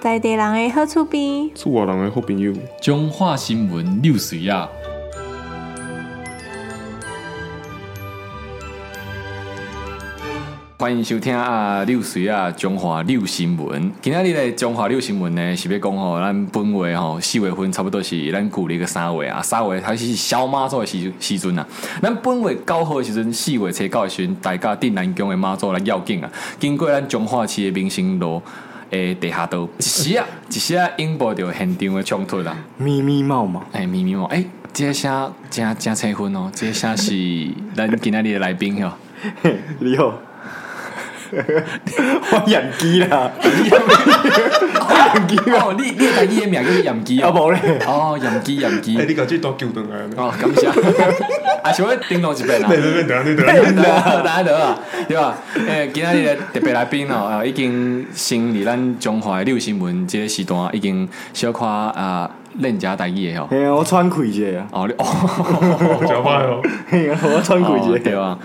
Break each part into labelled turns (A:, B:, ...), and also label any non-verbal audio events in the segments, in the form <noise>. A: 在地人的好厝边，
B: 厝外人的好朋友，
C: 中华新闻六水啊，欢迎收听啊六水啊中华六新闻。今仔日的中华六新闻呢，是要讲吼，咱本月吼四月份差不多是咱旧历个三月啊，三月还是小妈祖的时时阵啊。咱本月九号的时阵，四月初九的时阵，大家伫南疆的妈祖来绕境啊，经过咱中华区的民生路。诶，地下道一时啊，一时啊，引爆着现场的冲突啦。
B: 咪咪冒 <laughs> 冒，
C: 哎，咪咪哦，哎，这个声真真青分哦，这个声是
B: <laughs>
C: 咱今仔日的来宾哦。
B: 嘿你好，我养鸡啦，
C: 哦，你你家己的名叫做严基
B: 啊
C: 哦，
B: 无咧，
C: 哦，严基严基
D: 哎、，你搞这段救回来了。
C: 哦，
B: <laughs>
C: 感谢。啊，想要叮咚一遍啊
D: 对。对对，等下对等下。
C: <laughs> 得啊，得啊，得啊，对吧？诶，今仔日的特别来宾哦，啊，已经成立咱中华的六新闻这个时段，已经小可啊，恁家台语的哦。
B: 嘿啊，我喘气者啊，
C: 哦，你 <laughs> 哦。
D: 我讲话哦，
B: 嘿啊，我喘
C: 哦
B: <laughs> 气
C: 对
B: 者，
C: 啊，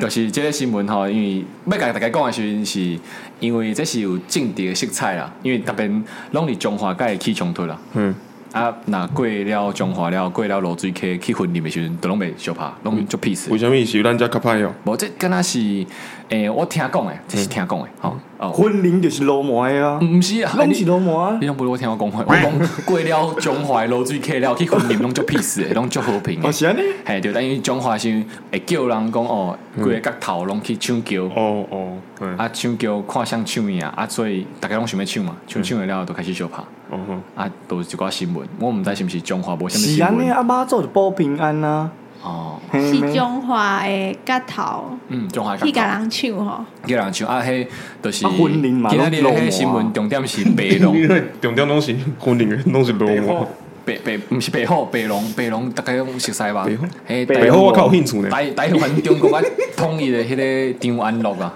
C: 就是这个新闻吼，因为要甲大家讲的时阵，是因为这是有政治的色彩啦，因为特别拢是中华甲会起冲突啦。
B: 嗯，
C: 啊，若过了中华了，过了罗水溪去婚礼的时阵，都拢袂相拍，拢就 peace
B: 嗯
D: 为。什么是咱家较歹哦？
C: 无，这敢若是诶、我听讲诶，这是听讲诶，吼、哦，
B: 婚龄就是流氓的啊，
C: 毋是啊，
B: 嗯拢
C: 你
B: 是流氓啊
C: 你，拢不如我听我讲话，我讲过了中华的罗水溪了，去婚礼拢就 peace 诶，拢就和平
B: 哦
C: 诶。
B: 是安尼，
C: 嘿，对，但因为中华是会叫人讲哦，
B: 嗯
C: 规个角头拢去抢桥。
D: 哦哦，嗯，
C: 啊，唱歌看像唱赢啊，所以大家拢想要唱嘛，
B: 嗯
C: 唱唱了了就开始相拍
D: 哦
C: 啊，都是一寡新闻，我毋知是毋是中华无啥物
B: 是
C: 新
B: 安尼
C: 闻
B: 啊，妈祖就保平安啊，
C: 哦，
B: 嘿
A: 是
B: 咩
A: 中华的角头，
C: 嗯，中华
A: 去甲
C: 叫
A: 人唱吼。
C: 人唱啊，迄就是
B: 啊婚礼嘛
C: 今仔日
B: 拢
C: 迄新
B: 拢有
C: 闻
B: 啊
C: 重点是白
B: <laughs>
D: 哦，因
C: 龙，
D: 为重点拢是婚礼的，拢是罗马。
C: 白白毋是白虎，白龙，白龙大家拢熟悉吧
D: 白虎？
C: 嘿
B: 白
C: 台
D: 背后我较有兴趣呢。
C: 台台湾中国啊统一的迄个张安乐啊，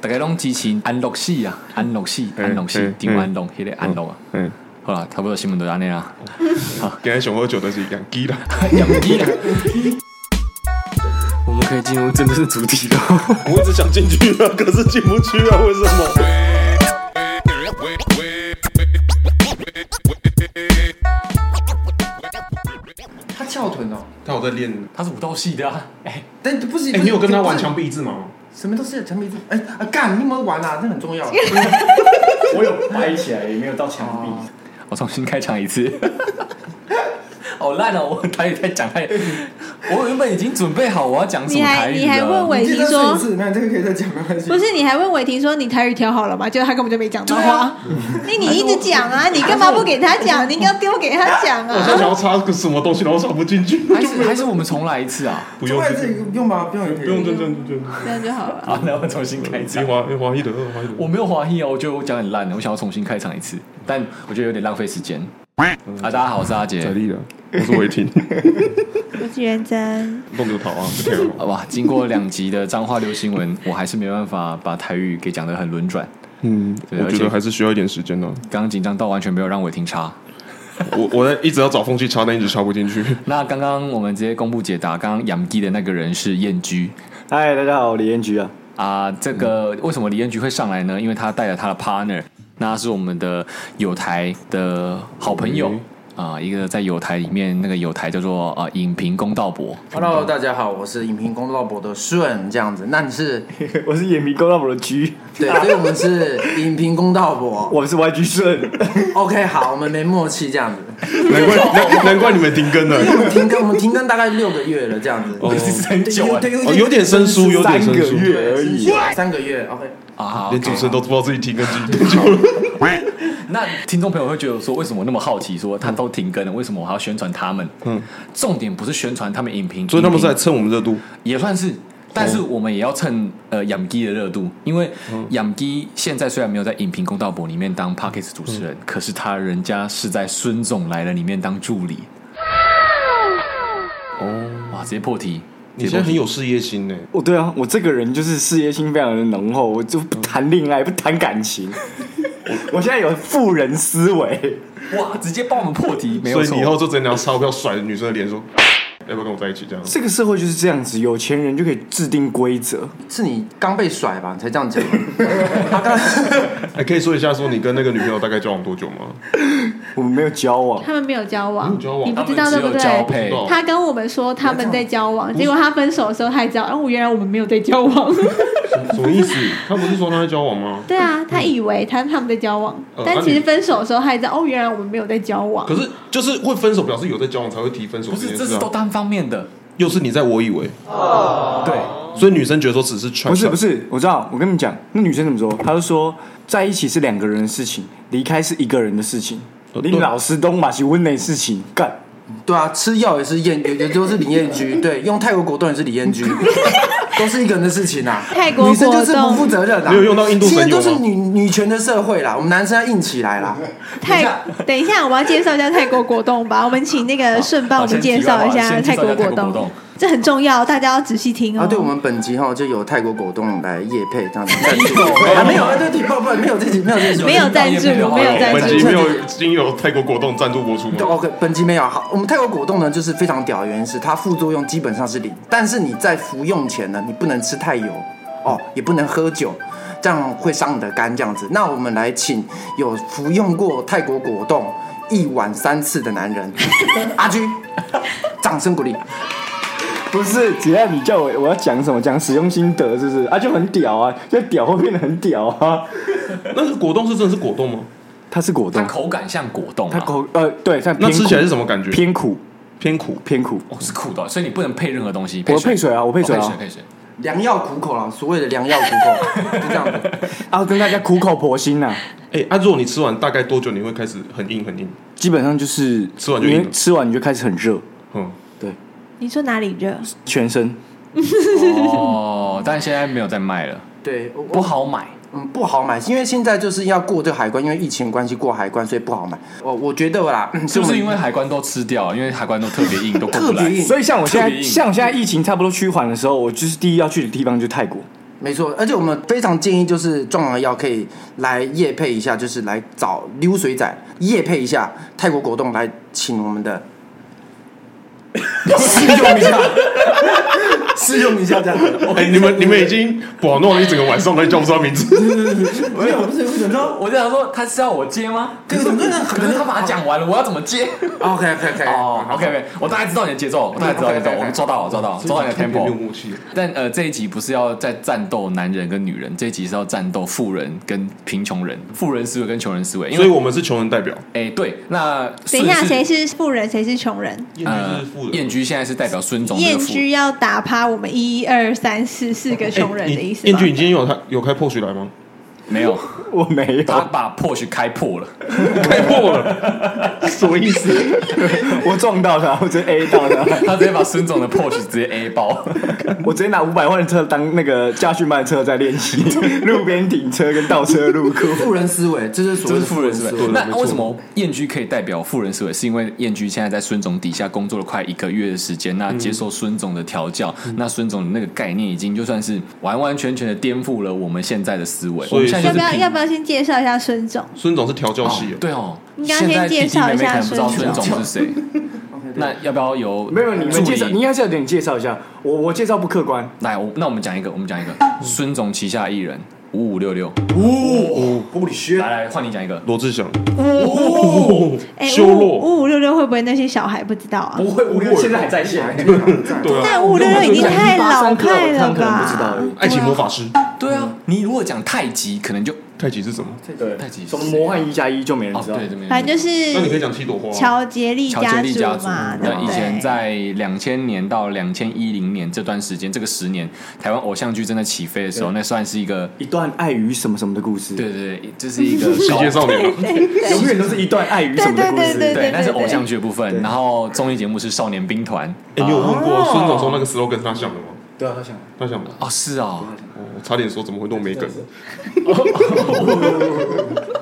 C: 大家拢支持安乐死啊，安乐死，安乐死
D: 嗯，
C: 张安乐迄个安乐啊，
D: 嗯，
C: 好啦，差不多新闻就安尼
D: <laughs>
C: 啦。
D: 今天上好酒就是养鸡啦。
C: 养鸡啦。
B: 我们可以进入真正的主题了。
D: 我一直想进去啊，可是进不去啊，为什么？
E: 他翘臀哦，
D: 他有在练。
C: 他是武道系的啊，哎、
E: 但不是，
D: 哎，你有跟他玩
E: 不是
D: 墙壁一致吗？
E: 什么都是墙壁字，哎啊干，你有没有玩啊？这很重要。
B: 我有掰起来，也没有到墙壁。
C: 哦我重新开场一次。好烂哦！我台语太讲太，我原本已经准备好我要讲什
A: 你
C: 么
A: 还
C: 台语了。
A: 你还问
E: 你
A: 伟
E: 记
A: 霆
E: 得
A: 说
E: 一，次，那这个可以再讲，没关系。
A: 不是你还问伟霆说你台语调好了吗？结果他根本就没讲到话。那你一直讲 <laughs> 啊，你干嘛不给他 <laughs> 讲？你应该丢给他讲
D: 我在
A: 啊。
D: 想要插个什么东西，然后插不进去。
C: 还是还是我们重来一次啊？
D: 不
E: 另
D: 用，
E: 外这
D: 不
E: 个用吧，不用也可以。
D: 用，不用，不用，不用。
A: 这样就好了。
C: 好，那我重新开
D: 你
C: 场。
D: 滑，你滑一轮，滑一轮。
C: 我没有怀疑啊，我觉得我讲很烂的，我想要重新开场一次，但我觉得有点浪费时间。啊，大家好，我是阿杰
D: 在。力了，我是违 <laughs> 停，
A: 我是元真，
D: 弄就逃啊，不跳啊。
C: 哇，经过两集的脏话流行文，我还是没办法把台语给讲得很轮转。
D: 嗯，
C: 对
D: 我
C: 而
D: 觉
C: 且
D: 得还是需要一点时间的。
C: 刚刚紧张到完全没有让伟霆插。
D: 我我在一直要找缝隙插，但一直插不进去。
C: 那刚刚我们直接公布解答，刚刚养鸡的那个人是燕居
B: 嗨，哎大家好，我李彦菊啊。 <laughs>
C: 啊。这个为什么李燕居会上来呢？因为他带了他的 partner，那是我们的友台的好朋友啊、一个在友台里面那个友台叫做啊、影评公道博。
E: Hello，大家好，我是影评公道博的顺，这样子。那你是
B: 我是眼皮勾到我的局，
E: 对，所以我们是影评公道博。
B: 我们是 YG 顺，
E: OK，好，我们没默契这样子。
F: <laughs>
D: 难
C: <laughs>
D: 怪难难怪你们停更了。
E: 我们停更，我们停更大概六个月了，这样子。
D: 哦
C: 很久哎、
E: 对
D: 哦，有点生疏，有点
B: 三
D: 生
B: 个
D: 疏，
B: 月而已。
E: 三个月。OK，
C: 啊，好
F: <laughs>
D: 连
C: OK
D: 主持人都不知道自己停更多久了。
C: 那听众朋友会觉得说，为什么我那么好奇？说他都停更了，为什么我还要宣传他们？嗯，重点不是宣传他们影评，
D: 所以他们是哦
C: 影
D: 来
C: 评
D: 蹭我们热度。
C: 也算是，但是我们也要趁呃养鸡的热度，因为
D: 嗯
C: 养鸡现在虽然没有在影评公道博里面当 p a c k e s 主
D: 嗯
C: 持人，可是他人家是在孙总来了里面当助理。
D: 哦，
C: 哇，直接破题！
D: 你现在很有事业心呢。
B: 哦，对啊，我这个人就是事业心非常的浓厚，我就不谈恋爱，不谈感情。我我现在有富人思维，
C: 哇，直接帮我们破题，没有
D: 所以你以
C: 错。
D: 后就只能拿钞票甩女生的脸说：“
F: 要不要跟我在一起这 <laughs> 样？
B: 这个社会就是这样子，有钱人就可以制定规则。
E: 是你刚被甩吧？你才这样讲。他刚
F: 哎，可以说一下说你跟那个女朋友大概交往多久 <laughs> 吗？
B: 我们没有交往，
A: 他们没有交往，
F: 没有交往
A: 你不知
C: 他
A: 道
C: 们只
A: 对
C: 有
A: 不
C: 交
A: 对？
C: 配
F: 不知道
A: 他跟我们说他们在交往，结果他分手的时候还知道，哦，原来我们没有在交往。
F: 什么意思？他不是说他在交往吗？
A: <laughs> 对啊，他以为他他们在交往，
F: 呃
A: 但
F: 那
A: 其
F: 你
A: 实分手的时候还知道，哦，原来我们没有在交往。
F: 可是就是会分手，表示有在交往才会提分手
C: 不
F: 这件
C: 是，这
F: 事
C: 是都哦
F: 啊。
C: 单方面的，
F: 又是你在我以为，
C: 对，
F: 所以女生觉得说只是
B: 不
F: 不
B: 是不是，我知道，我跟你们讲，那女生怎么说？她就说在一起是两个人的事情，离开是一个人的事情。
F: 呃
B: 你
F: 对
B: 老师东马是温的事情干，
E: 对啊，吃药也是燕，有有就是李
A: <laughs>
E: 燕居，对，用泰国果冻也是李燕居，都是一个人的事情啊。
A: 泰国
E: 女生就是
A: 果
E: 不
A: 冻
E: 负责任啊，
F: 没有用到印度神
E: 现在
F: 油
E: 都
F: 吗
E: 是女女权的社会啦，我们男生要硬起来
A: 嗯
E: 啦。
A: 泰，等一下，我要介绍一下泰国果冻吧。我们请那个顺帮我们介绍一下泰国果
C: 好先介绍一下泰国果冻
A: 冻，这很重要，大家要仔细听哦。
E: 啊，对，我们本集哈就有泰国果冻来夜配这
A: <laughs>
E: 样子赞助，啊没有，啊对对，不不没有这集没有这集
A: 没有赞助，
C: 没有
A: 没有赞
F: 本
A: 助
F: 集。没有经由泰国果冻赞助播出
E: 对
F: 吗？
E: OK，本集没有啊好，我们泰国果冻呢就是非常屌的原因是它副作用基本上是零，但是你在服用前呢，你不能吃太油哦，也不能喝酒，这样会伤你的肝这样子。那我们来请有服用过泰国果冻一晚三次的男人阿居，掌声鼓励。
B: 不是，只要你叫我我要讲什么，讲使用心得是不是？啊，就很屌啊，就屌会变得很屌啊。
F: 那个果冻是真的是果冻吗？
B: 它是果
C: 它
B: 冻，
C: 口感像果冻、啊，
B: 它口呃对，它
F: 那
B: 偏
F: 吃
B: 苦
F: 起来是什么感觉？
B: 偏苦
F: 偏苦。
B: 偏苦。
C: 哦是苦的，所以你不能配任何东西。
B: 我配水啊我配水啊
C: 哦配水配水。
E: 良药苦口啦，所谓的良药苦口，就这样子。
B: 啊，跟大家苦口婆心呐、
F: 哎，啊，如果你吃完大概多久你会开始很硬很硬？
B: 基本上就是
F: 吃完就
B: 因为
F: 硬了
B: 吃完你就开始很热，
F: 嗯，
B: 对，
A: 你说哪里热？
B: 全身。
C: 哦， <laughs> 但现在没有在卖了，
E: 对，我
C: 不，好买。
E: 嗯，不好买，因为现在就是要过这个海关，因为疫情关系过海关，所以不好买。我我觉得啦， <clears throat>
C: 是不
E: 所以我们
C: 是因为海关都吃掉啊了？因为海关都特别硬，都过不
E: 特
C: 来
E: 别。硬？
B: 所以像我现
C: 特别
B: 在，
C: 硬
B: 像我现在疫情差不多趋缓的时候，我就是第一要去的地方就是泰国。
E: 没错，而且我们非常建议，就是壮阳药可以来夜配一下，就是来找溜水仔夜配一下泰国果冻，来请我们的试用一
B: <laughs>
E: 下，试用一下这样子。
F: 哎，你们你们已经不好弄了一整个晚上，都叫不出他名 <laughs> 字。
E: 没有，不是，我想说
C: 我就想说，他是要我接吗？可是可是他把它讲完了，我要怎么接？
E: ，OK OK
B: 哎
E: OK，
C: 哦，OK OK，我大概知道你的节奏，我大概知道你的节奏，我抓到了，抓到了，抓到你的
F: 没有
C: tempo。
F: 默契。
C: 但呃，这一集不是要在战斗男人跟女人，这一集是要战斗富人跟贫穷人，富人思维跟穷人思维。因
F: 所以
C: 为
F: 我们是穷人代表，
C: 哎，对，那
A: 等一下，
C: 顺势
A: 谁是富人，谁是穷人？
F: 燕
C: 呃
F: 居是富人
C: 燕。居现在是代表孙总这
A: 燕
C: 个富人
A: 居要打趴我们一二三四四个穷人的意思
F: 哎燕
A: 吧
F: 居，？你今天有开有开 POS 来 <laughs> 吗？
C: 没有，
B: 我没有，
C: 他把 Porsche 开破了。
F: 开破了，
B: 什么意思？我撞到他，我直接 A 到他，
C: 他直接把孙总的 Porsche 直接 A 爆，
B: 我直接拿五百万的车当那个驾训班的车在练习，路边停车跟倒车入库。
E: 富人思维，这是所
C: 这
E: 谓
C: 是
E: 的
C: 富
E: 富
C: 人
E: 人
C: 思
E: 思
C: 维
E: 维。。
C: 那为什么燕居可以代表富人思维？是因为燕居现在在孙总底下工作了快一个月的时间，那接受孙总的调教，那孙总的那个概念已经就算是完完全全的颠覆了我们现在的思维。我
F: 所以
C: 们
A: 要
C: 现在
A: 不
C: 就是
A: 要
C: 拼
A: 要不要先介绍一下孙总？
F: 孙总是调教系
C: 哦
F: 哦，
C: 对哦，
A: 应该
C: 现
A: 先
C: 在弟
A: 介
C: 弟
A: 绍
C: 妹
A: 一
C: 妹可
A: 下
C: 能不知道孙
A: 孙
C: 总
A: 总
C: 是谁。那要不要由
B: 没有，
C: 助
B: 你们
C: 理
B: 介绍，你应该是有点介绍一下，我我介绍不客观。
C: 来，我那我们讲一个，我们讲一个孙总旗下艺人五五六六，
B: 哦
E: 物理学，
C: 来来换你讲一个，
F: 罗志祥，
A: 哎，
F: 哦修
A: 五
F: 罗，
A: 五五六六会不会那些小孩不知道啊？
B: 不会，我现在还在 <laughs> 线。
F: 对啊，
A: 但五五六六已经太老派
B: 他
A: 了
B: 们可能不知道
A: 吧
B: 而已？
F: 爱情魔法师，
C: 对啊，你如果讲太极，可能就
F: 太极是什么？
B: 对
C: 太极是
B: 什么魔幻一加一就没人
C: 哦
B: 知道。
C: 对，这边
A: 反正就
F: 那你可以
A: 是
F: 讲七朵花啊，
A: 乔杰利
C: 乔哦杰利家
A: 族
C: 族
A: 嘛，对
C: 那
A: 不
C: 以前
A: 对？
C: 在两千年到两千一零年这段时间，这个十年，台湾偶像剧正在起飞的时候，那算是一个。
B: 一段爱与什么什么的故事，
C: 对对对，这是一
B: <laughs>
C: 个
F: 世
C: 高
F: 界少年啊，
B: 永远都是一段爱与什么的故
A: 对对对
B: 事。
C: 对，那是
A: 对对
C: 偶像剧的部分。然后综艺节目是少年兵团。
F: 哎，你有问过孙总说那个 slogan 是他想的吗？
B: 对啊，他想
F: 他想的，
C: 哦，是哦，
F: 哦我差点说怎么会弄没梗，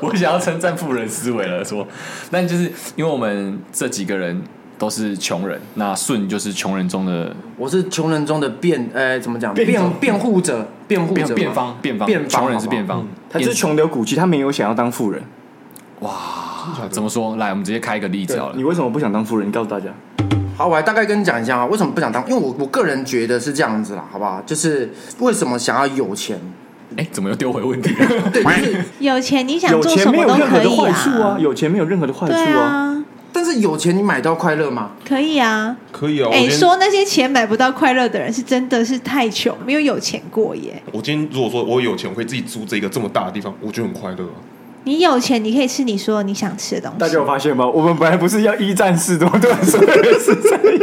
C: 我想要称赞富人思维了，说，但就是因为我们这几个人都是穷人，那舜就是穷人中的
E: 我是穷人中的辩，呃，怎么讲？
B: 辩
E: 辩
B: 种
E: 辩护者，辩护
C: 辩
E: 者，
C: 辩方，辩方，
E: 辩方
C: 穷人是
E: 好不好
C: 辩方，
B: 他就是穷流骨气，他没有想要当富人。
C: 哇，怎么说？来，我们直接开一个例子好了
B: 你。为什么不想当富人？你告诉大家，
E: 好，我来大概跟你讲一下啊，为什么不想当？因为我我个人觉得是这样子啦，好不好？就是为什么想要有钱？
C: 哎，怎么又丢回问题了？
E: 对，就是
A: 有钱你想
B: 有
A: 做
B: 钱
A: 什
B: 没
A: 么
B: 有
A: 都
B: 任何
A: 可
B: 的
A: 以
B: 坏处
A: 啊
B: 啊，，有钱没有任何的坏处
A: 对
B: 啊。
A: 啊，
E: 但是有钱你买到快乐吗？
A: 可以啊。
F: 可以啊。我
A: 哎、
F: 今天
A: 说那些钱买不到快乐的人，是真的是太穷，没有有钱过耶。
F: 我今天如果说我有钱，我可以自己租这个这么大的地方，我觉得很快乐啊。
A: 你有钱，你可以吃你所有你想吃的东西。
B: 大家有发现吗？我们本来不是要一战士，怎么突然 <laughs> 所有人是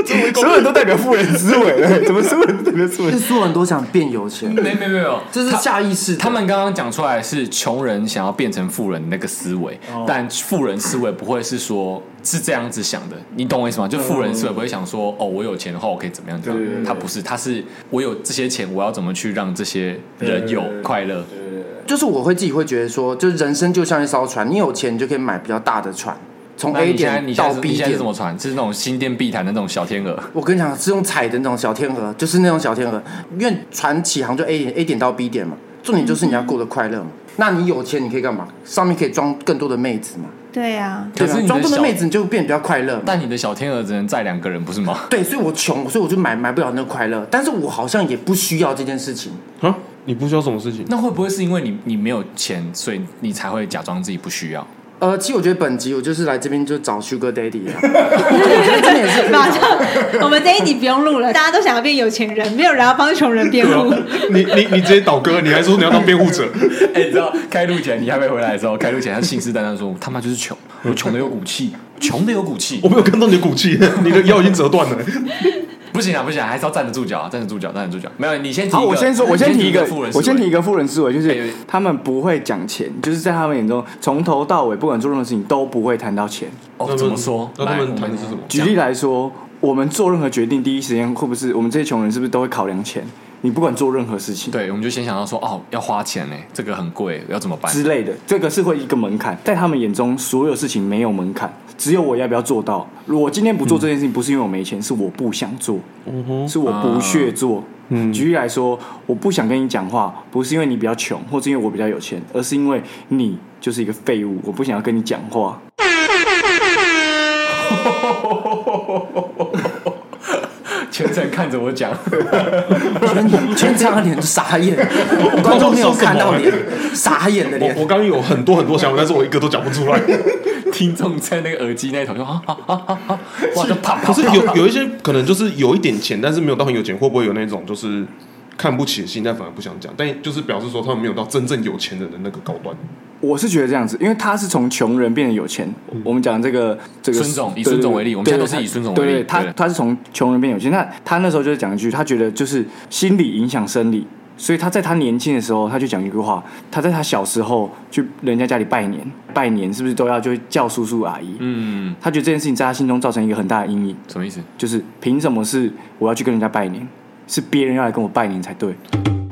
B: 在所有人都代表富人思维 <laughs> 了？怎么所有人都代表富
E: 就
B: 人？
E: 是所有人都想变有钱，
C: 没没没有，
E: 这是下意识的。
C: 他们刚刚讲出来是穷人想要变成富人的那个思维，但富人思维不会是说是这样子想的，你懂我意思吗？就富人思维不会想说哦，我有钱的话我可以怎么样怎么
B: 对对
C: 样，
B: 对
C: 他不是，他是我有这些钱，我要怎么去让这些人有快乐？
E: 就是我会自己会觉得说，就是人生就像一艘船，你有钱你就可以买比较大的船，从
C: 那
E: A
C: 你现在
E: 点
C: 你现
E: 到
C: 在是你
E: B
C: 现在是
E: 点
C: 怎。么传？是那种新店碧潭的那种小天鹅，
E: 我跟你讲，是用踩的那种小天鹅，就是那种小天鹅，因为船起航就 A 点 A 点到 B 点嘛，重点就是你要过得快乐嘛。
C: 嗯
E: 那你有钱你可以干嘛？上面可以装更多的妹子嘛，
A: 对啊，
C: 可
E: 对吧
C: 是你
E: 装
C: 的
E: 更多
C: 小
E: 的，妹子你就变得比较快乐嘛。
C: 但你的小天鹅只能载两个人，不是
E: <laughs>
C: 吗？
E: 对，所以我穷，所以我就买买不了那个快乐，但是我好像也不需要这件事情。
F: 啊，你不需要什么事情？
C: 那会不会是因为你你没有钱，所以你才会假装自己不需要？
E: 呃，其实我觉得本集我就是来这边就找 Sugar
C: <laughs>
E: Daddy 啊，我觉得真的也是可以
A: 马上
B: <laughs>
A: 我们这一集不用录了，大家都想要变有钱人，没有人要帮穷人辩护。
F: 你你你直接倒戈，你还说你要当辩护 <laughs> 者？
C: <laughs> 哎、你知道开路前你还没回来的时候，开路前他信誓旦旦说：“他妈就是穷，我穷的有骨气，穷的有骨气
F: 我，没有看到你的骨气， <laughs> 你的腰已经折断了。
C: 不行啊，不行啊，还是要站得住脚啊，站得住脚，站得住脚。”没有，你先提一个
B: 好，我先说，我先提一
C: 个
B: 个
C: 富人，思维，
B: 我先提一个富人思维，就
C: 哎
B: 是他们不会讲钱，就是在他们眼中，从头到尾不管做任何事情都不会谈到钱。
C: 哦，怎么说？
F: 那他
C: 来
F: 们
C: 我
F: 谈的是什么
B: 举例来说，我们做任何决定，第一时间会不会是我们这些穷人是不是都会考量钱？你不管做任何事情，
C: 对，我们就先想到说，哦，要花钱呢、这个很贵，要怎么办？
B: 之类的，这个是会一个门槛，在他们眼中，所有事情没有门槛，只有我要不要做到。如果今天不做这件事情，不是因为我没钱，是我不想做，是我不屑做。举例来说，我不想跟你讲话，不是因为你比较穷，或是因为我比较有钱，而是因为你就是一个废物，我不想要跟你讲话。
C: 全程看着我讲，
E: 全全场的脸就傻眼，观众没有看到脸，傻眼的
F: 我
E: 脸。
F: 我刚刚有很多很多想法，但是我一个都讲不出 <laughs> 来。
C: 听众在那个耳机那头说啊啊啊啊啊，哇，就啪啪
F: 可是
C: 啪啪
F: 有有一些可能就是有一点钱，但是没有到很有钱，会不会有那种就是看不起的心，但反而不想讲？但就是表示说他们没有到真正有钱人的那个高端。
B: 我是觉得这样子，因为他是从穷人变得有钱。我们讲这个这个
C: 孙总以
B: 对
C: 孙总
B: 对
C: 为例
B: 对
C: 我们现在
B: 对
C: 都是以孙总
B: 对
C: 为例
B: 对他
C: 对
B: 他是从穷人变有钱，那他那时候就是讲一句，他觉得就是心理影响生理，所以他在他年轻的时候，他就讲一句话，他在他小时候去人家家里拜年，拜年是不是都要就会叫叔叔阿姨？
C: 嗯，
B: 他觉得这件事情在他心中造成一个很大的阴影，
C: 什么意思？
B: 就是凭什么是我要去跟人家拜年，是别人要来跟我拜年才对，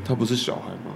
F: 他不是小孩吗？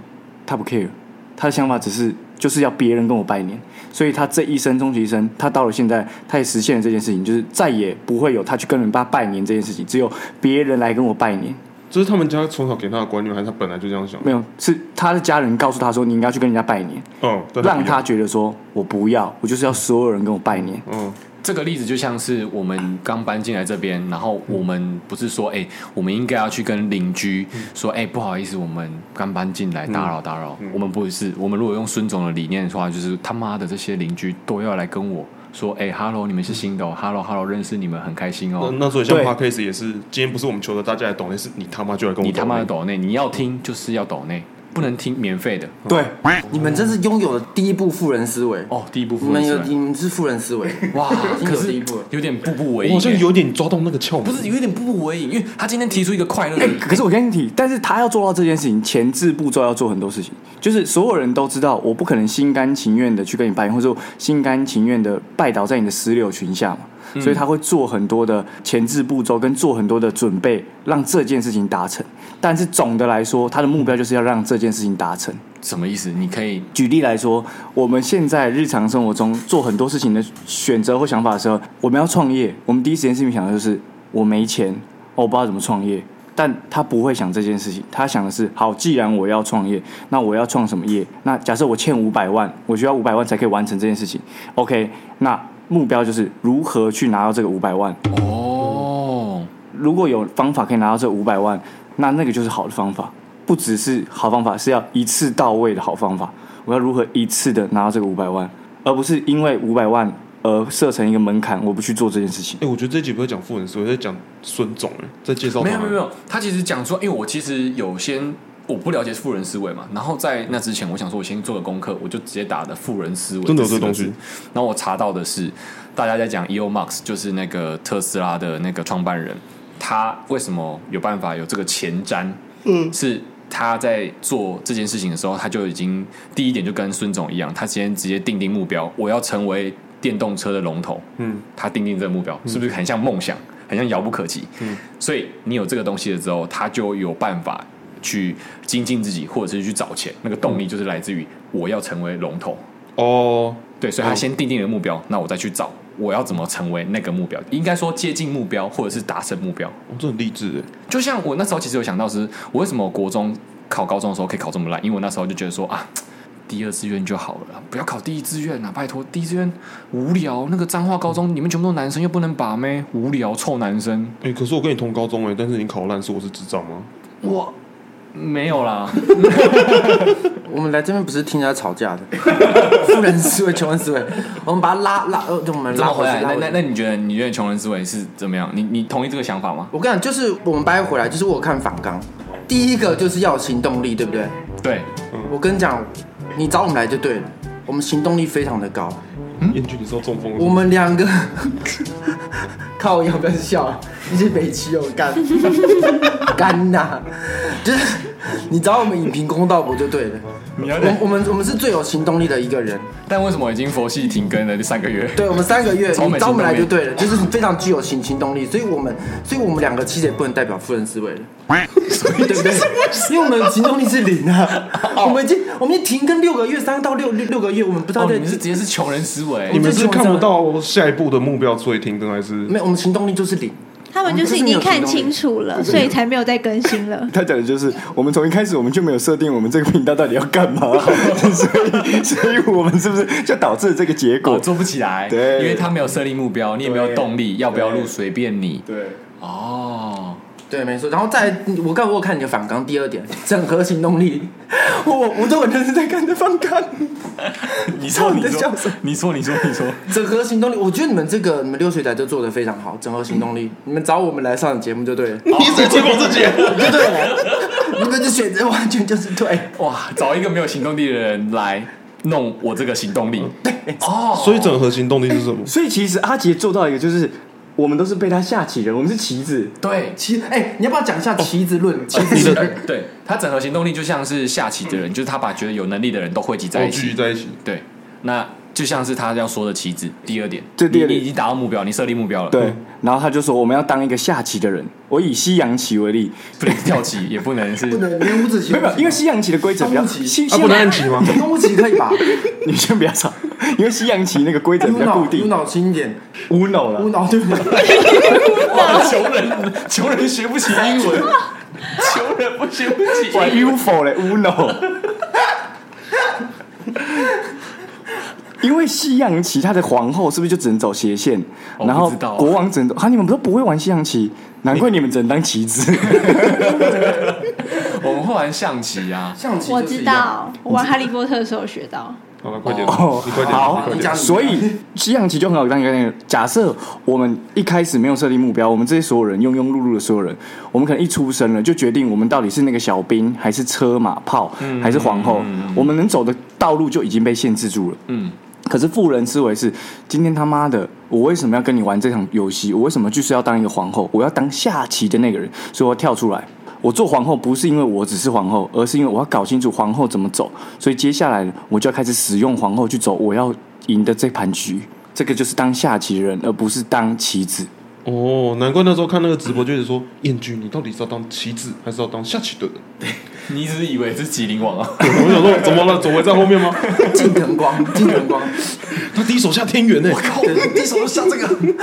B: 他不 care，他的想法只是就是要别人跟我拜年，所以他这一生终其一生，他到了现在，他也实现了这件事情，就是再也不会有他去跟人家拜年这件事情，只有别人来跟我拜年，
F: 这是他们家从小给他的观念，还是他本来就这样想？
B: 没有是他的家人告诉他说你应该去跟人家拜年，
F: 嗯，但
B: 让他
F: 不
B: 觉得说我不要，我就是要所有人跟我拜年，
F: 一样嗯，
C: 这个例子就像是我们刚搬进来这边，然后我们不是说，哎、我们应该要去跟邻居
F: 嗯
C: 说，哎、不好意思，我们刚搬进来，打扰打扰。
F: 嗯
C: 我们不是，我们如果用孙总的理念的话，就是他妈的这些邻居都要来跟我说，哎、哈 h e l l o 你们是新的、哦、，Hello Hello，认识你们很开心
F: 那
C: 哦。
F: 那所以像
B: 对
F: podcast 也是，今天不是我们求的大家来懂内，是你他妈就来跟我
C: 你他妈的
F: 懂
C: 抖内，你要听就是要抖内，不能听免费的。
B: 对，
E: 你们真是拥有了第一步富人思维，
F: 嗯
C: 哦，第一部
E: 你
C: 分
E: 们有
C: 是吧
E: 你们是富人
C: <laughs>
E: 思维，
C: 哇，
E: <laughs> 已经
C: 可
E: 有第
C: 是
E: 一步了。
C: 有点步步为
F: 内。
C: 营、
F: 我好像
C: 哎
F: 有点抓到那个窍门，
C: 不是有点步步为营，因为他今天提出一个快乐的
F: <laughs>
B: 可是我跟你提，但是他要做到这件事情，前置步骤要做很多事情，就是所有人都知道，我不可能心甘情愿的去跟你拜年，或者说心甘情愿的拜倒在你的石榴裙下嘛，所以他会做很多的前置步骤，跟做很多的准备，让这件事情达成。但是总的来说，他的目标就是要让这件事情达成。
C: 什么意思？你可以
B: 举例来说，我们现在日常生活中做很多事情的选择或想法的时候，我们要创业，我们第一时间是想的就是我没钱，哦我不知道怎么创业。但他不会想这件事情，他想的是：好，既然我要创业，那我要创什么业？那假设我欠五百万，我需要五百万才可以完成这件事情。OK，那目标就是如何去拿到这个五百万。
C: 哦，
B: 如果有方法可以拿到这五百万，那那个就是好的方法，不只是好方法，是要一次到位的好方法。我要如何一次的拿到这个五百万，而不是因为五百万而设成一个门槛，我不去做这件事情。
F: 哎、我觉得这集不会讲富人思维，在讲孙总哎，在介绍他
C: 没有没有没有，他其实讲说，因为我其实有先我不了解富人思维嘛，然后在那之前，我想说我先做个功课，我就直接打的富人思维
F: 真的有
C: 四
F: 这
C: 个
F: 东西
C: 字。然后我查到的是，大家在讲 Elon Musk 就是那个特斯拉的那个创办人，他为什么有办法有这个前瞻？嗯，是。他在做这件事情的时候，他就已经第一点就跟孙总一样，他先直接定定目标，我要成为电动车的龙头。
F: 嗯，
C: 他定定这个目标，是不是很像梦想，很像遥不可及？嗯，所以你有这个东西了之后，他就有办法去精进自己，或者是去找钱。那个动力就是来自于我要成为龙头，
F: 哦，
C: 对，所以他
F: 嗯
C: 先定定了目标，那我再去找我要怎么成为那个目标，应该说接近目标或者是达成目标。
F: 哦这很励志
C: 就像我那时候其实有想到是，我为什么国中考高中的时候可以考这么烂，因为我那时候就觉得说啊。第二志愿就好了啦，不要考第一志愿啊！拜托，第一志愿无聊。那个彰化高中里面全部都男生，又不能把妹，无聊，臭男生。
F: 哎、哎，可是我跟你同高中哎，但是你考烂是我是智障吗？
C: 我没有啦，
E: 我们来这边不是听人家吵
C: <laughs>
E: 架的，富人思维、穷人思维，我们把它拉拉，呃，我们
C: 怎
E: 拉
C: 么回
E: 回
C: 来？
E: 去，拉
C: 那
E: 回
C: 那
E: 去。
C: 那你觉得你觉得穷人思维是怎么样？你你同意这个想法吗？
E: 我跟你讲，就是我们掰回来，就是我有看反纲，第一个就是要有行动力，对不对？
C: 对，
E: 我跟你讲，你找我们来就对了，我们行动力非常的高。
C: 嗯
F: 燕君，你是要中风了是
E: 我
F: 吗？
E: 们两个， <laughs> 靠，我要不要笑啊？你是北齐有干 <laughs> 干呐，就是你找我们影评公道不就对了？我我们我们是最有行动力的一个人，
C: 但为什么已经佛系停更了这三个月？
E: 对我们三个月
C: 超
E: 你
C: 美
E: 找我们来就
C: 行动
E: 对了，就是非常具有行行动力，所以我们所以我们两个其实也不能代表富人思维了。
C: <laughs>
E: 对不对？因为我们的行动力是零啊，
C: <laughs>
E: 我们已经我们已经停更六个月，三到六六六个月，我们不知道
C: 哦，
E: 在
C: 你们是直接是穷人思维
F: 你。们
E: 这
F: 是
E: 集我
F: 看不到下一步的目标，所以停更还是？
E: 没有，我们行动力就是零。
A: 他们
B: 哦
A: 就是已经看清楚了，所以才没有再更新了。
B: 他讲的 <laughs> 就是，我们从一开始我们就没有设定我们这个频道到底要干 <laughs> 嘛，所以所以我们是不是就导致了这个结
C: 我
B: 果？
C: 做不起来，
B: 对
C: 因为他没有设立目标，你也没有动力，要不要录随便你。
B: 对，
C: 哦，
E: 对，没错。然后再来，我刚我有看你的反纲第二点，整合行动力。我我都很认真在看你的反纲。
C: 你
E: 说
C: 你
E: 你在
C: 说
E: 笑什么，
C: 你说，你说，你说，
E: 整合行动力，我觉得你们这个你们六水仔都做的非常好。整合行动力，你们找我们来上节目就对了，
F: 你一直在吹捧自己，
E: 就对了。你们的选择完全就是对。
C: <laughs> 哇，找一个没有行动力的人来弄我这个行动力。哦，
F: 所以整合行动力是什么？
B: 所以其实阿杰做到一个就是，我们都是被他下棋人，我们是棋子。
C: 对。
E: 棋，哎、你要不要讲一下棋子论？棋
C: 你
E: 子论，
C: 对他整合行动力就像是下棋的人，就是他把觉得有能力的人都汇集在
F: 哦，
C: 一
F: 聚集
C: 起。
F: 在一起。
C: 对，那就像是他要说的棋子。第二点，
B: 这第二
C: 你
B: 点
C: 你已经达到目标，你设立目标了。
B: 对，然后他就说我们要当一个下棋的人。我以西洋棋为例，
C: 不能跳棋，也不能是
E: 不能连五子棋
B: 没
E: 都
B: 有没
E: 不行，
B: 有，因为西洋棋的规则比较西西
F: 啊，不能
B: 洋
F: 按，棋吗？
E: 动物棋可以吧？
B: 你先不要吵，因为西洋棋那个规则比
E: 无
B: 较
E: 脑
B: 固
E: 无
B: 定。
E: 脑轻一点，
B: 无脑
E: 无
B: 了，
E: 脑对不对？
C: 哇，穷人，穷人学不起英文，穷人不学不起
B: 玩
C: 英文。
B: UFO 嘞，无脑。因为西洋棋，它的皇后是不是就只能走斜线？
C: 哦
B: 然
C: 不
B: 后
C: 知道啊
B: 国王只能走啊！你们都不会玩西洋棋，难怪你们只能当棋子。
C: 我们会玩象棋啊，
E: 象棋
A: 我
E: 就是
A: 知
E: 一样。
A: 道，我玩哈利波特的时候有学到，
F: 好了，快点，
B: 哦
F: 你快点，
B: 好
F: 你快
E: 你讲
F: 点。
B: 所以西洋棋就很好当一个概念。假设我们一开始没有设定目标，我们这些所有人庸庸碌碌的所有人，我们可能一出生了就决定我们到底是那个小兵，还是车马炮，还是皇
F: 嗯
B: 后，我们能走的道路就已经被限制住了。
C: 嗯，
B: 可是富人思维是，今天他妈的，我为什么要跟你玩这场游戏？我为什么就是要当一个皇后？我要当下棋的那个人，所以我要跳出来。我做皇后不是因为我只是皇后，而是因为我要搞清楚皇后怎么走。所以接下来我就要开始使用皇后去走我要赢的这盘局。这个就是当下棋人，而不是当棋子。
F: 哦，难怪那时候看那个直播，就是说，燕君，你到底是要当棋子，还是要当下棋的人？
C: 你只是以为是麒麟王啊？ <laughs>
F: 我想说，怎么了？左为在后面吗？
E: 近藤光，近藤光，
F: <laughs> 他第一手下天元欸呢。
E: 对，第一手像这个。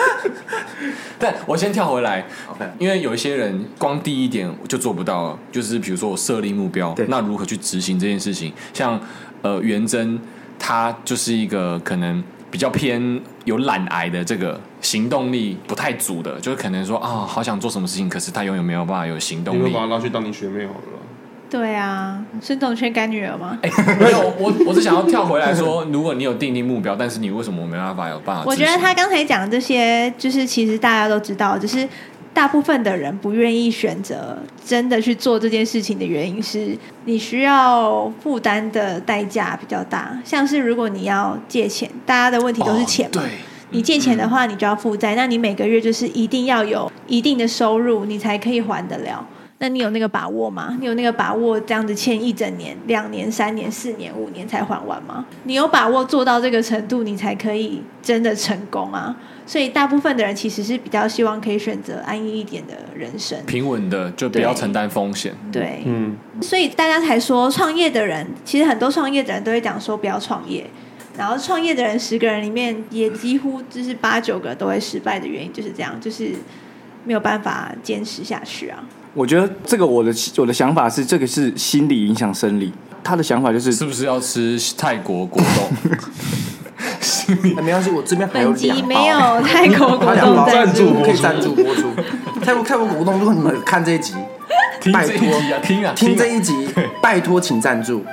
C: 但我先跳回来
E: OK
C: 因为有一些人光第一点就做不到了，就是比如说我设立目标
E: 对，
C: 那如何去执行这件事情？像呃元真，他就是一个可能比比较偏有懒癌的这个行动力不太足的，就是可能说啊、好想做什么事情，可是他永远没有办法有行
F: 你
C: 动
F: 会
C: 力
F: 把。她拉去当你学妹好了啦。
A: 对啊，孙总缺干女儿吗？
C: 哎、 <laughs> 没有，我我是想要跳回来说，如果你有定定目标，但是你为什么没办法有办法执
A: 我
C: 行？
A: 觉得他刚才讲这些，就是其实大家都知道，只是大部分的人不愿意选择真的去做这件事情的原因是，你需要负担的代价比较大。像是如果你要借钱，大家的问题都是钱
C: 哦
A: 嘛。
C: 对，
A: 你借钱的话，你就要负债，那你每个月就是一定要有一定的收入，你才可以还得了。那你有那个把握吗？你有那个把握这样子欠一整年、两年、三年、四年、五年才还完吗？你有把握做到这个程度，你才可以真的成功啊！所以大部分的人其实是比较希望可以选择安逸一点的人生，
C: 平稳的就不要承担风险。
A: 对，
F: 嗯，
A: 所以大家才说创业的人，其实很多创业的人都会讲说不要创业。然后创业的人十个人里面，也几乎就是八九个都会失败的原因就是这样，就是没有办法坚持下去啊。
B: 我觉得这个我的我的想法是，这个是心理影响生理。他的想法就是
C: 是不是要吃泰国果冻？
E: 哎没关系，我这边还有
A: 本集
E: 两包
A: 没有泰国果
E: 他
A: <laughs>
E: 两
A: 冻
E: 包
A: 赞助，
E: 可以赞助播出。泰国泰国股东，如果你们有看这一集，
C: 听
E: 拜
C: 这一
E: 托
C: 集啊，听啊，
E: 听
C: 啊
E: 这一集，拜托请赞
C: <laughs>
E: 助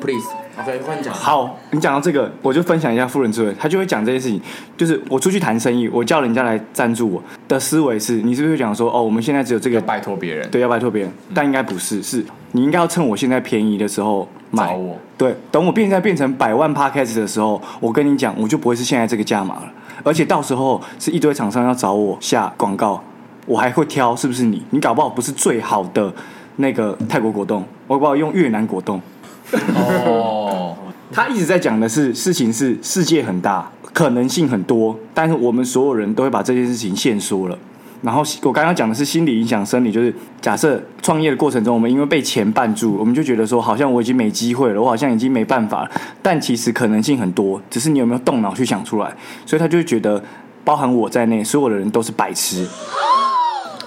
E: ，please。OK，换你讲。
B: 好，你讲到这个，我就分享一下富人之文，他就会讲这件事情，就是我出去谈生意，我叫人家来赞助我的思维是，你是不是会讲说，哦，我们现在只有这个
C: 要，嗯拜托别人。
B: 对，要拜托别人，但应该不是，是你应该要趁我现在便宜的时候买
C: 找我，
B: 对，等我变在变成百万 p a c k a g e 的时候，我跟你讲，我就不会是现在这个价码了，而且到时候是一堆厂商要找我下广告，我还会挑是不是你，你搞不好不是最好的那个泰国果冻，我搞不好用越南果冻。
C: 哦，
B: 他一直在讲的是事情是世界很大，可能性很多，但是我们所有人都会把这件事情限缩了。然后我刚刚讲的是心理影响生理，就是假设创业的过程中，我们因为被钱绊住，我们就觉得说好像我已经没机会了，我好像已经没办法了。但其实可能性很多，只是你有没有动脑去想出来。所以他就会觉得，包含我在内，所有的人都是白痴。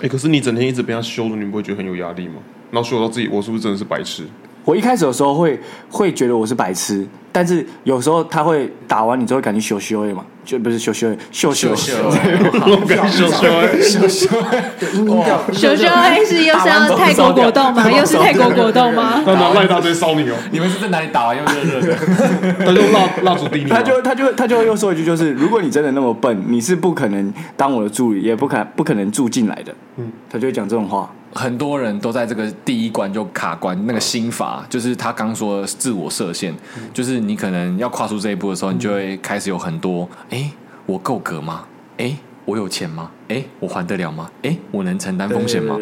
F: 哎，可是你整天一直被她羞辱，你不会觉得很有压力吗？然后羞辱到自己，我是不是真的是白 <laughs> 痴？
B: 我一开始的时候会会觉得我是白痴，但是有时候他会打完你之后感觉羞羞的嘛，就不是羞羞的，羞羞
C: 秀
B: 的。
C: 秀，
F: 我感觉 <laughs> 羞羞哎，
C: <laughs> 秀秀，
E: 音调，
A: 熊熊 A 是又是要泰国果冻 <laughs> 吗？又是泰国果冻吗？
F: 他拿赖大堆烧 <laughs> 你哦，
C: 你们是在哪里打完又热热的？ <laughs>
F: 他就蜡蜡烛滴你吗，哦
B: 他就他就他就会又说一句，就是如果你真的那么笨，你是不可能当我的助理，也不可不可能住进来的。嗯，他就会讲这种话。
C: 很多人都在这个第一关就卡关，那个心法就是他刚说的自我设限，就是你可能要跨出这一步的时候，你就会开始有很多，哎，我够格吗？哎，我有钱吗？哎，我还得了吗？哎，我能承担风险吗？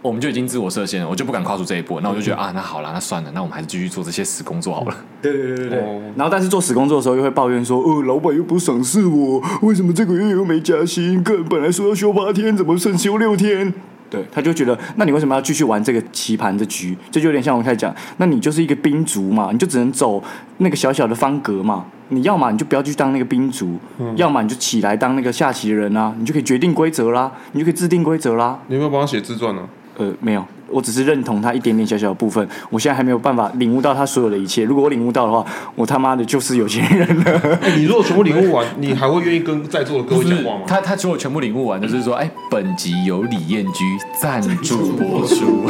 C: 我们就已经自我设限了，我就不敢跨出这一步。那我就觉得啊，那好了，那算了，那我们还是继续做这些死工作好了。
B: 对对对对
F: 哦
B: 然后，但是做死工作的时候，又会抱怨说：“哦，老板又不赏识我，为什么这个月又没加薪？个本来说要休八天，怎么剩休六天？”对，他就觉得，那你为什么要继续玩这个棋盘的局？这就有点像我们开始讲，那你就是一个兵卒嘛，你就只能走那个小小的方格嘛。你要么你就不要去当那个兵卒，要么你就起来当那个下棋的人啊，你就可以决定规则啦，你就可以制定规则啦。
F: 你有没有帮他写自传啊呢？
B: 呃，没有，我只是认同他一点点小小的部分，我现在还没有办法领悟到他所有的一切。如果我领悟到的话，我他妈的就是有钱人了。 <laughs>
F: 哎，你如果全部领悟完， <laughs> 你还会愿意跟在座的各位讲话吗？
C: 他他所有全部领悟完，就是说，哎，本集由李彦居赞助播出。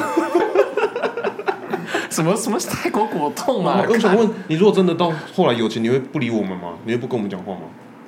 C: 什么什么泰国果
F: <laughs>
C: 冻啊
F: 哦我？我想问，你如果真的到后来有钱，你会不理我们吗？你会不跟我们讲话吗？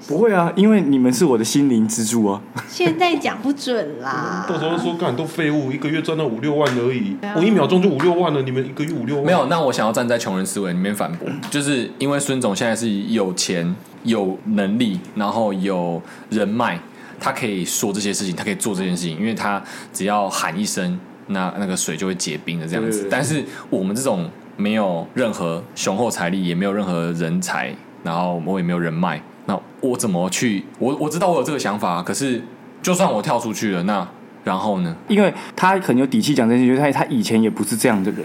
B: 不会啊，因为你们是我的心灵支柱啊。
A: 现在讲不准
E: 嗯
A: 啦。
F: 到时候说干都废物，一个月赚到五六万而已
A: 对啊，
F: 我一秒钟就五六万了，你们一个月五六万
C: 没有，那我想要站在穷人思维里面反驳，就是因为孙总现在是有钱、有能力，然后有人脉，他可以说这些事情，他可以做这件事情，因为他只要喊一声，那那个水就会结冰的这样
B: 对对
C: 子
B: 对。
C: 但是我们这种没有任何雄厚财力，也没有任何人才，然后我也没有人脉，那我怎么去？我我知道我有这个想法，可是就算我跳出去了，那然后呢？
B: 因为他很有底气讲这件事情，就是他他以前也不是这样的人，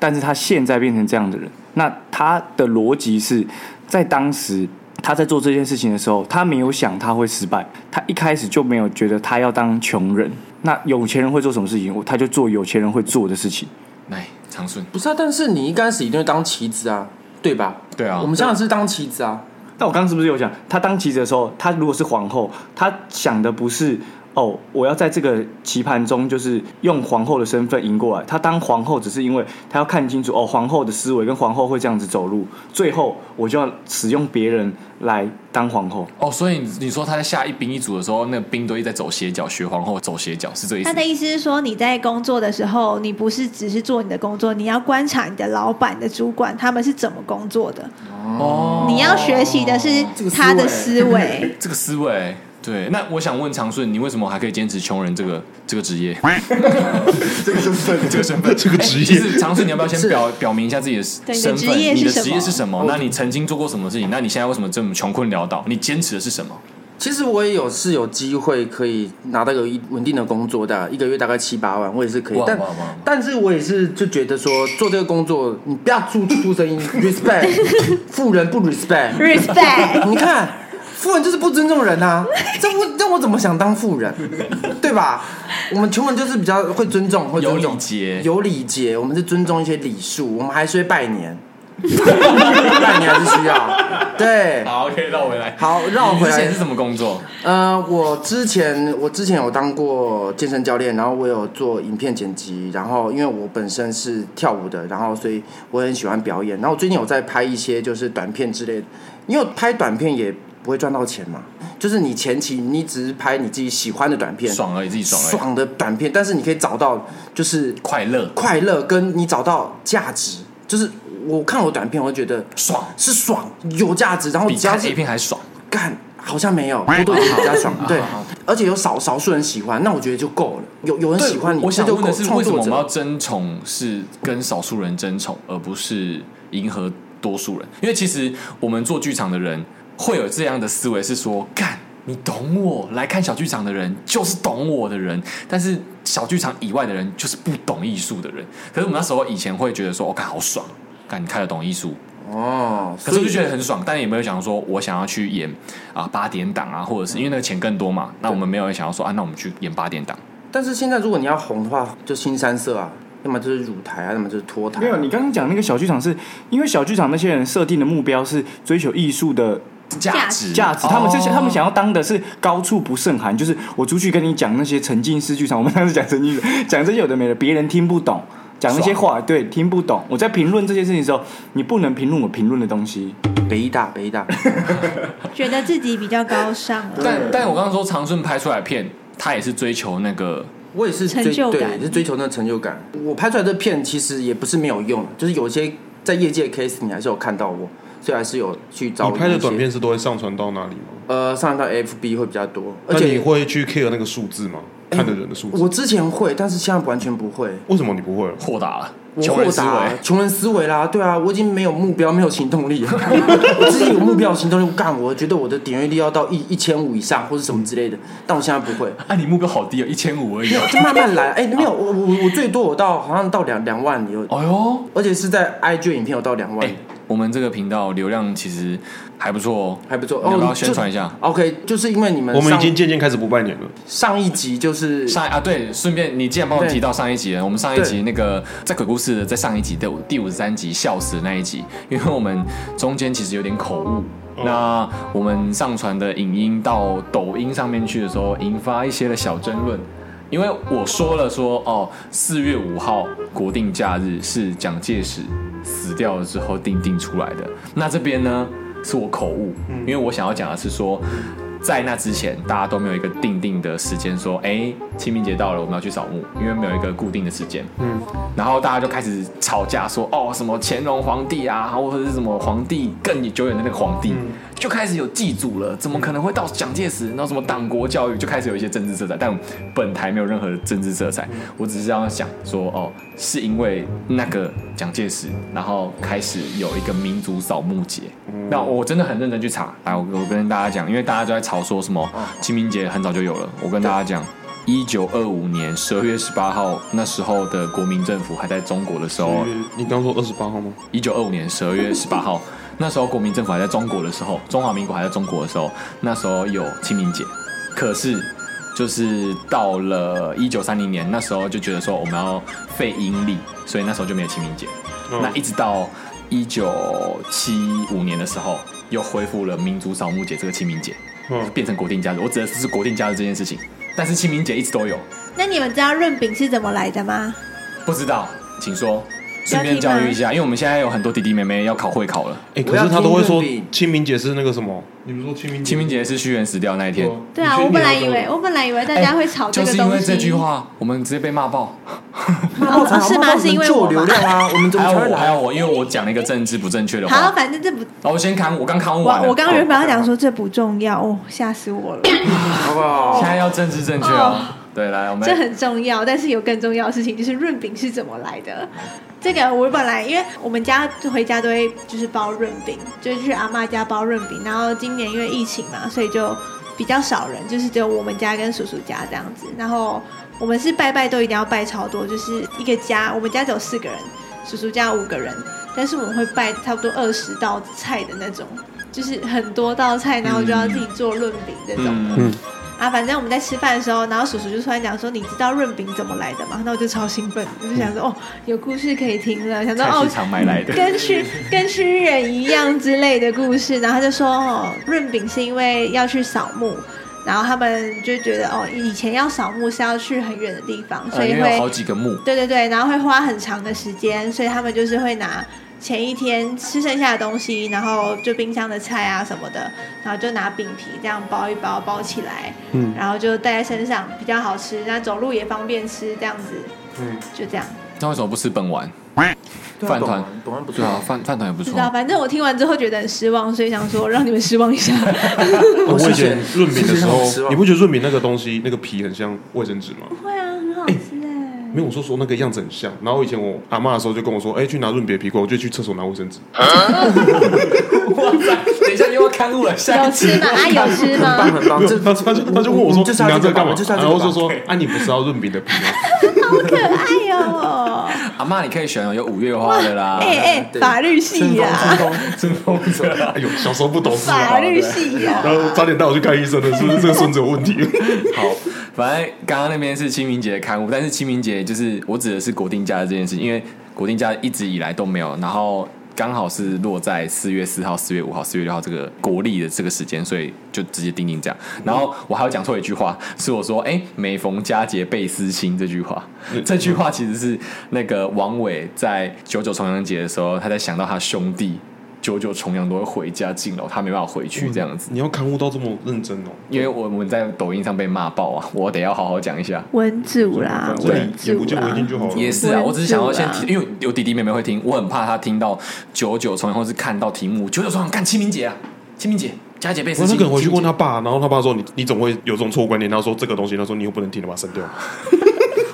B: 但是他现在变成这样的人。那他的逻辑是在当时他在做这件事情的时候，他没有想他会失败，他一开始就没有觉得他要当穷人。那有钱人会做什么事情，他就做有钱人会做的事情。
C: 来，哎长顺，
E: 不是啊，但是你一开始一定会当棋子啊，对吧？
C: 对啊
E: 我们现在是当棋子啊，
B: 但我刚刚是不是有讲，她当棋子的时候，她如果是皇后，她想的不是哦，我要在这个棋盘中就是用皇后的身份赢过来。她当皇后只是因为她要看清楚哦，皇后的思维跟皇后会这样子走路，最后我就要使用别人来当皇后。
C: 哦，所以你说他在下一兵一卒的时候，那个兵都一直在走斜角，学皇后走斜角，是这个意思
A: 他
C: 吗。
A: 的？意思是说，你在工作的时候，你不是只是做你的工作，你要观察你的老板、你的主管他们是怎么工作的。哦，你要学习的是
E: 这个思维
A: 他的思维
C: 这个思维，对。那我想问长顺，你为什么还可以坚持穷人这个这个职
E: <laughs>
C: 业？
E: 这个身份，
C: 这个身份，
F: 这个职业
C: 其实常顺，你要
A: <laughs>
C: 不要先表表明一下自己的
A: 对你的
C: 身
A: 职
C: 份？
A: 业
C: 你的
A: 是什
C: 职业
A: 么哦
C: 是什么？那你曾经做过什么事情？那你现在为什么这么穷困潦倒？你坚持的是什么？
E: 其实我也有是有机会可以拿到有一稳定的工作的，啊一个月大概七八万，我也是可以
C: 哇。
E: 但
C: 哇哇
E: 但是我也是就觉得说，做这个工作，你不要出出
C: <laughs>
E: 声音，respect，富人不 respect。
A: respect，
E: 你看，富人就是不尊重人啊，这我这我怎么想当富人，对吧？我们穷人就是比较会尊重，会尊
C: 有
E: 重
C: 礼节
E: 有礼节，我们是尊重一些礼数，我们还是会拜年， <laughs> 拜年还是需要。
C: <laughs>
E: 对，
C: 好，OK，绕回来。
E: 好，绕
C: 你
E: 回
C: 之
E: 来
C: 前是。什么工作？
E: 呃，我之前我之前有当过健身教练，然后我有做影片剪辑，然后因为我本身是跳舞的，然后所以我很喜欢表演。然后我最近有在拍一些就是短片之类的，因为拍短片也不会赚到钱嘛，就是你前期你只是拍你自己喜欢的短片，
C: 爽而已，自己爽而已，
E: 爽的短片，但是你可以找到就是
C: 快乐，
E: 快乐，跟你找到价值。就是我看我短片，我会觉得
C: 爽，
E: 是爽有价值，然后
C: 比
E: 只要
C: 看
E: 是
C: A 片还爽。
E: 干好像
C: <laughs>
E: 没有，不对，比较爽，对，而且有少少数人喜欢，那我觉得就够了。有有人喜欢你，
C: 我想
E: 这就
C: 问
E: 够
C: 的是，
E: 创
C: 为什么
E: 作
C: 我们
E: 者
C: 要争宠是跟少数人争宠，而不是迎合多数人？因为其实我们做剧场的人会有这样的思维，是说干。你懂我，来看小剧场的人就是懂我的人，但是小剧场以外的人就是不懂艺术的人。可是我们那时候以前会觉得说，哦，干好爽，干你看得懂艺术，
E: 哦，
C: 可
E: 所
C: 是我就
E: 以
C: 觉得很爽，但也没有想说我想要去演啊八点档啊，或者是因为那个钱更多嘛，那我们没有想要说啊，那我们去演八点档。
E: 但是现在如果你要红的话，就新三色啊，要么就是舞台啊，要么就是脱台啊。
B: 没有，你刚刚讲那个小剧场是因为小剧场那些人设定的目标是追求艺术的
C: 价值
B: 价值，他们
E: 哦
B: 是想他们想要当的是高处不胜寒，就是我出去跟你讲那些沉浸式剧场，我们当时讲沉浸式，讲这些有的没的，别人听不懂，讲那些话对听不懂。我在评论这件事情的时候，你不能评论我评论的东西，
E: 北医大，北
C: <laughs>
E: 医大，
A: 觉得自己比较高尚了。
C: 但但我刚刚说长顺拍出来的片，他也是追求那个
E: 我也是追
A: 成就感
E: 对，是追求那个成就感。我拍出来的片其实也不是没有用，就是有些在业界 case 你还是有看到我，所以还是有去找
F: 你拍的
E: 一些
F: 短片，是都会上传到哪里吗？
E: 呃，上到 FB 会比较多，而
F: 那你
E: 且
F: 会去 care 那个数字吗？看的人的数字？
E: 我之前会，但是现在完全不会。
F: 为什么你不会？
C: 豁达了
E: 我
C: 穷
E: 豁
C: 人思
E: 达
C: 维，。
E: 穷人思维啦，对啊，我已经没有目标，没有行动力了。 <laughs> 我自己有目标、有行动力，我干，我觉得我的点阅率要到一一千五以上，或是什么之类的。但我现在不会，
C: <laughs> 啊，你目标好低哦，一千五而
E: <laughs>
C: 已哦。
E: 就慢慢来。哎、没有，我我我最多我到好像到两两万有，
C: 哎呦，
E: 而且是在 IG 影片有到两万。
C: 哎，我们这个频道流量其实还不错哦，
E: 还不错，
C: 你要不
E: 哦
C: 要，宣传一下？
E: 就 OK，就是因为你们
F: 我们已
E: 上
F: 经渐渐开始不拜年了。
E: 上一集就是
C: 上啊，对，顺便你既然帮我
E: 对
C: 提到上一集了，我们上一集
E: 对
C: 那个在鬼故事的，在上一集的第五十三集笑死的那一集，因为我们中间其实有点口误。那我们上传的影音到抖音上面去的时候，引发一些的小争论，因为我说了说哦，四月五号国定假日是蒋介石死掉了之后定定出来的。那这边呢是我口误，因为我想要讲的是说，在那之前大家都没有一个定定的时间说，哎，清明节到了我们要去扫墓，因为没有一个固定的时间。嗯，然后大家就开始吵架说，哦，什么乾隆皇帝啊，或者是什么皇帝更久远的那个皇帝，就开始有祭祖了，怎么可能会到蒋介石？然后什么党国教育就开始有一些政治色彩，但本台没有任何的政治色彩，我只是这样想说，哦，是因为那个蒋介石，然后开始有一个民族扫墓节。那我真的很认真去查，来，我我跟大家讲，因为大家都在吵说什么清明节很早就有了，我跟大家讲。一九二五年十二月十八号，那时候的国民政府还在中国的时候，
F: 你刚说二十八号吗？
C: 一九二五年十二月十八号，那时候国民政府还在中国的时候，中华民国还在中国的时候，那时候有清明节，可是就是到了一九三零年，那时候就觉得说我们要废阴历，
F: 嗯
C: 所以那时候就没有清明节。那一直到一九七五年的时候，又恢复了民族扫墓节这个清明节，
F: 嗯
C: 变成国定假日。我指的是国定假日这件事情，但是清明节一直都有。
A: 那你们知道润饼是怎么来的吗？
C: 不知道，请说。顺便教育一下，因为我们现在有很多弟弟妹妹要考会考了。
F: 哎、
E: 我
F: 可
E: 要
F: 是他都会
E: 听
F: 说
E: 润饼
F: 清明节是那个什么？你们说清
E: 嗯
F: 明
C: 清明节是屈原死掉那一天，
E: 哦
C: 哎
A: 对啊，我本来以为我本来以为大家会吵这
C: 就
A: 个
C: 是因
A: 东
C: 为
A: 西，
C: 这句话，我们直接被骂爆。
A: 哦
E: 才好
A: 是
E: 那
A: 吗？
E: 我
A: 是
E: 们
A: 因为
E: 就
A: 我
E: 有流
A: 吗？
E: 量啊，我们怎么
C: 还
E: 才
C: 有
E: 会
C: 我，还
E: 来？
C: 有我，因为我讲了一个政治不正确的
A: 好，
C: 话。
A: 反正这不，
C: 好，我先扛，我刚扛完了。哦
A: 我我刚原本要讲说这不重要哦，吓死我了，
E: 好不好
C: 现？在要政治正确哦。对，来，我们
A: 这很重要，但是有更重要的事情就是润饼是怎么来的。这个我本来因为我们家回家都会就是包润饼，就是去阿妈家包润饼，然后今年因为疫情嘛，所以就比较少人，就是只有我们家跟叔叔家这样子。然后我们是拜拜都一定要拜超多，就是一个家，我们家只有四个人，叔叔家五个人，但是我们会拜差不多二十道菜的那种，就是很多道菜，然后就要自己做润饼这种的。
C: 嗯
A: 啊，反正我们在吃饭的时候，然后叔叔就突然讲说：“你知道润饼怎么来的吗？”那我就超兴奋，我就想说：“哦，有故事可以听了。”想说：“
C: 嗯菜
A: 哦
C: 市，场买来的。
A: 跟吃跟吃人一样之类的故事。”然后他就说：“哦，润饼是因为要去扫墓，然后他们就觉得哦，以前要扫墓是要去很远的地方， <laughs> 所
C: 呃，
A: 以
C: 因
A: 会、
C: 为有好几个墓，
A: 对对对，然后会花很长的时间，所以他们就是会拿前一天吃剩下的东西，然后就冰箱的菜啊什么的，然后就拿饼皮这样包一包包起来，嗯，然后就带在身上比较好吃，那走路也方便吃，这样子，嗯，就这样。
C: 那为什么不吃本丸？
E: 对啊
C: 饭
E: 懂
C: 团
E: 啊懂啊不
C: 对
E: 错
C: 啊，
E: 啊。
C: 饭饭团也不
A: 不
C: 错
A: 知。道，反正我听完之后觉得很失望，所以想说让你们失望一下。
F: 我以前
E: 谢谢
F: 润饼的时
E: 谢谢让
F: 候
E: 我失，望
F: 你不觉得润饼那个东西那个皮很像卫生纸吗？
A: 会啊，很好吃哎、
F: 没有，我说说那个样子很像。然后以前我阿妈的时候就跟我说，哎、去拿润饼的皮过来，我就去厕所拿卫生纸。
C: 哇塞，等一下又要刊物了，下
A: 有
C: 一集
A: 吃吗？啊，有吃
E: 很棒
A: 吗？
E: 很啊棒，这嗯
F: 他他就他就问我说，
E: 就是
F: 你
E: 要
F: 拿这个
E: 这个
F: 干嘛？
E: 吧就是要这
F: 然后
E: 个吧
F: 就说，啊，你不是要润饼的皮吗？ <laughs>
A: 好可爱哦、
C: <laughs> 阿妈，你可以选哦有五月花的啦，
A: 哎哎、
E: 对
A: 法律系呀、
E: 春风
C: 春风者，
F: 哎呦，小时候不懂事
A: 法
F: 啊。
A: 律系呀、
F: 然后早点带我去看医生了，是不是这个孙子有问题？
C: 好， <laughs> 反正刚刚那边是清明节的刊物，但是清明节就是我指的是国定假日这件事，因为国定假日一直以来都没有，然后刚好是落在四月四号、四月五号、四月六号这个国历的这个时间，所以就直接定定这样。然后我还有讲错一句话， <laughs> 是我说“哎、每逢佳节倍思亲”这句话，这句话其实是那个王伟在九九重阳节的时候，他在想到他兄弟。九九重阳都会回家敬老，他没办法回去这样子，
F: 你要看护到这么认真哦，
C: 因为我们在抖音上被骂爆啊，我得要好好讲一下。
A: 文主啦，
F: 反正
A: 文
F: 你眼
A: 主
F: 不见为
A: 啦
F: 净。就好了。
C: 也是
A: 我
C: 啊，
A: 也
C: 我只是想要先
A: 是啦
C: 提，因为有弟弟妹妹会听，我很怕他听到九九重阳，或是看到题目九九重阳干清明节啊，清明节佳节倍思
F: 我那
C: 亲。
F: 可能回去问
C: 清
F: 他爸，然后他爸说你你总会有这种错误观念，他说这个东西，他说你又不能听，你把它删掉。
C: 明节，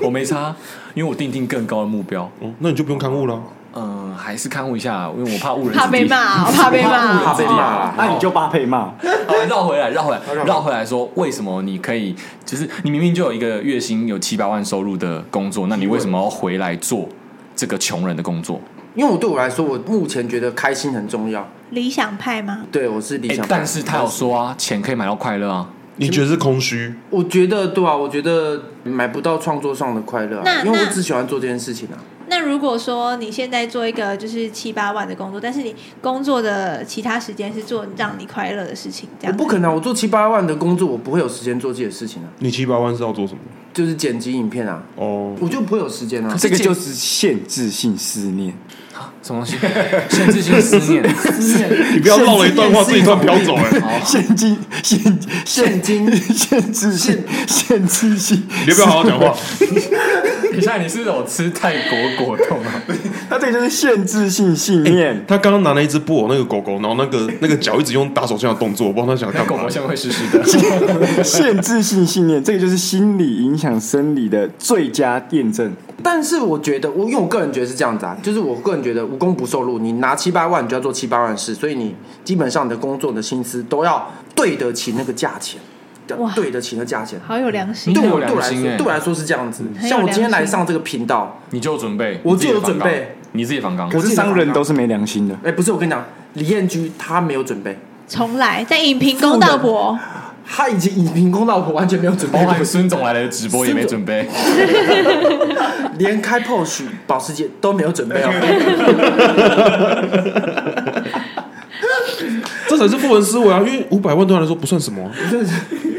C: 我没差，啊因为我定定更高的目标，
F: 哦，那你就不用看护了。
C: 嗯，还是看护一下，因为我怕误人子弟
A: 怕被。骂，啊怕被骂，
E: 怕被骂啦
B: 啊那你就八配骂，
C: <laughs> 好，绕回来，绕回来，绕回来说，为什么你可以，就是你明明就有一个月薪有七百万收入的工作，那你为什么要回来做这个穷人的工作？
E: 因为我对我来说，我目前觉得开心很重要。
A: 理想派吗？
E: 对我是理
C: 哎
E: 想派，
C: 但是他有说啊，钱可以买到快乐啊。
F: 你觉得是空虚？
E: 我觉得对啊，我觉得买不到创作上的快乐、
A: 那
E: 啊，因为我
A: 那
E: 只喜欢做这件事情啊。
A: 那如果说你现在做一个就是七八万的工作，但是你工作的其他时间是做让你快乐的事情，这
E: 我
A: 样
E: 不可能啊、我做七八万的工作，我不会有时间做自己的事情啊，
F: 你七百万是要做什么？
E: 就是剪辑影片啊，
F: 哦，
E: 我就不会有时间啊。
B: 这个就是限制性思念。
C: 什么东西？ <laughs> 限制性思 <laughs> 念，思念。
F: 你不要绕了一段话，自己突然飘走哎。
B: 现金哦现
E: 现金
B: 限制性限制性，
F: 你要不要好好讲话？
C: 等一下，你是不是有吃泰国果冻 <laughs> 啊？
B: 它这个就是限制性信 <laughs> 念。
F: 他刚刚拿了一只布偶那个狗狗，然后那个 <laughs> 那个脚一直用打手枪的动作，我不知道他想要
C: 那
F: 干
C: 狗
F: 嘛
C: 狗。像会湿湿的。
B: 限制性信念，这个就是心理影响生理的最佳验证。
E: 但是我觉得，我因为我个人觉得是这样子啊，就是我个人觉得无功不受禄，你拿七八万你就要做七八万的事，所以你基本上你的工作你的心思都要对得起那个价钱，
A: 哇
E: 对得起那个价钱。
A: 好有良心
E: 对
C: 很有
E: 我对我
C: 良
E: 来
C: 心
E: 说，
C: 欸
E: 对我来说是这样子。
A: 很有
E: 像我今天来
A: 良心
E: 上这个频道，
C: <laughs> 你就有准备，
E: 我
C: 你自己的
E: 就有准备
C: 反纲，你自己的反纲。
B: 可是商人都是没良心的。
E: 哎，不是我跟你讲，李彦居他没有准备，
A: 重来，在影评公道博，
E: 他已经以平公道婆完全没有准备
C: 包，含孙总来的直播也没准备，
E: 连开 POS 保时捷都没有准备哦。
F: <laughs> 这才是富人思维啊，因为五百万对他来说不算 <laughs> 什么、啊，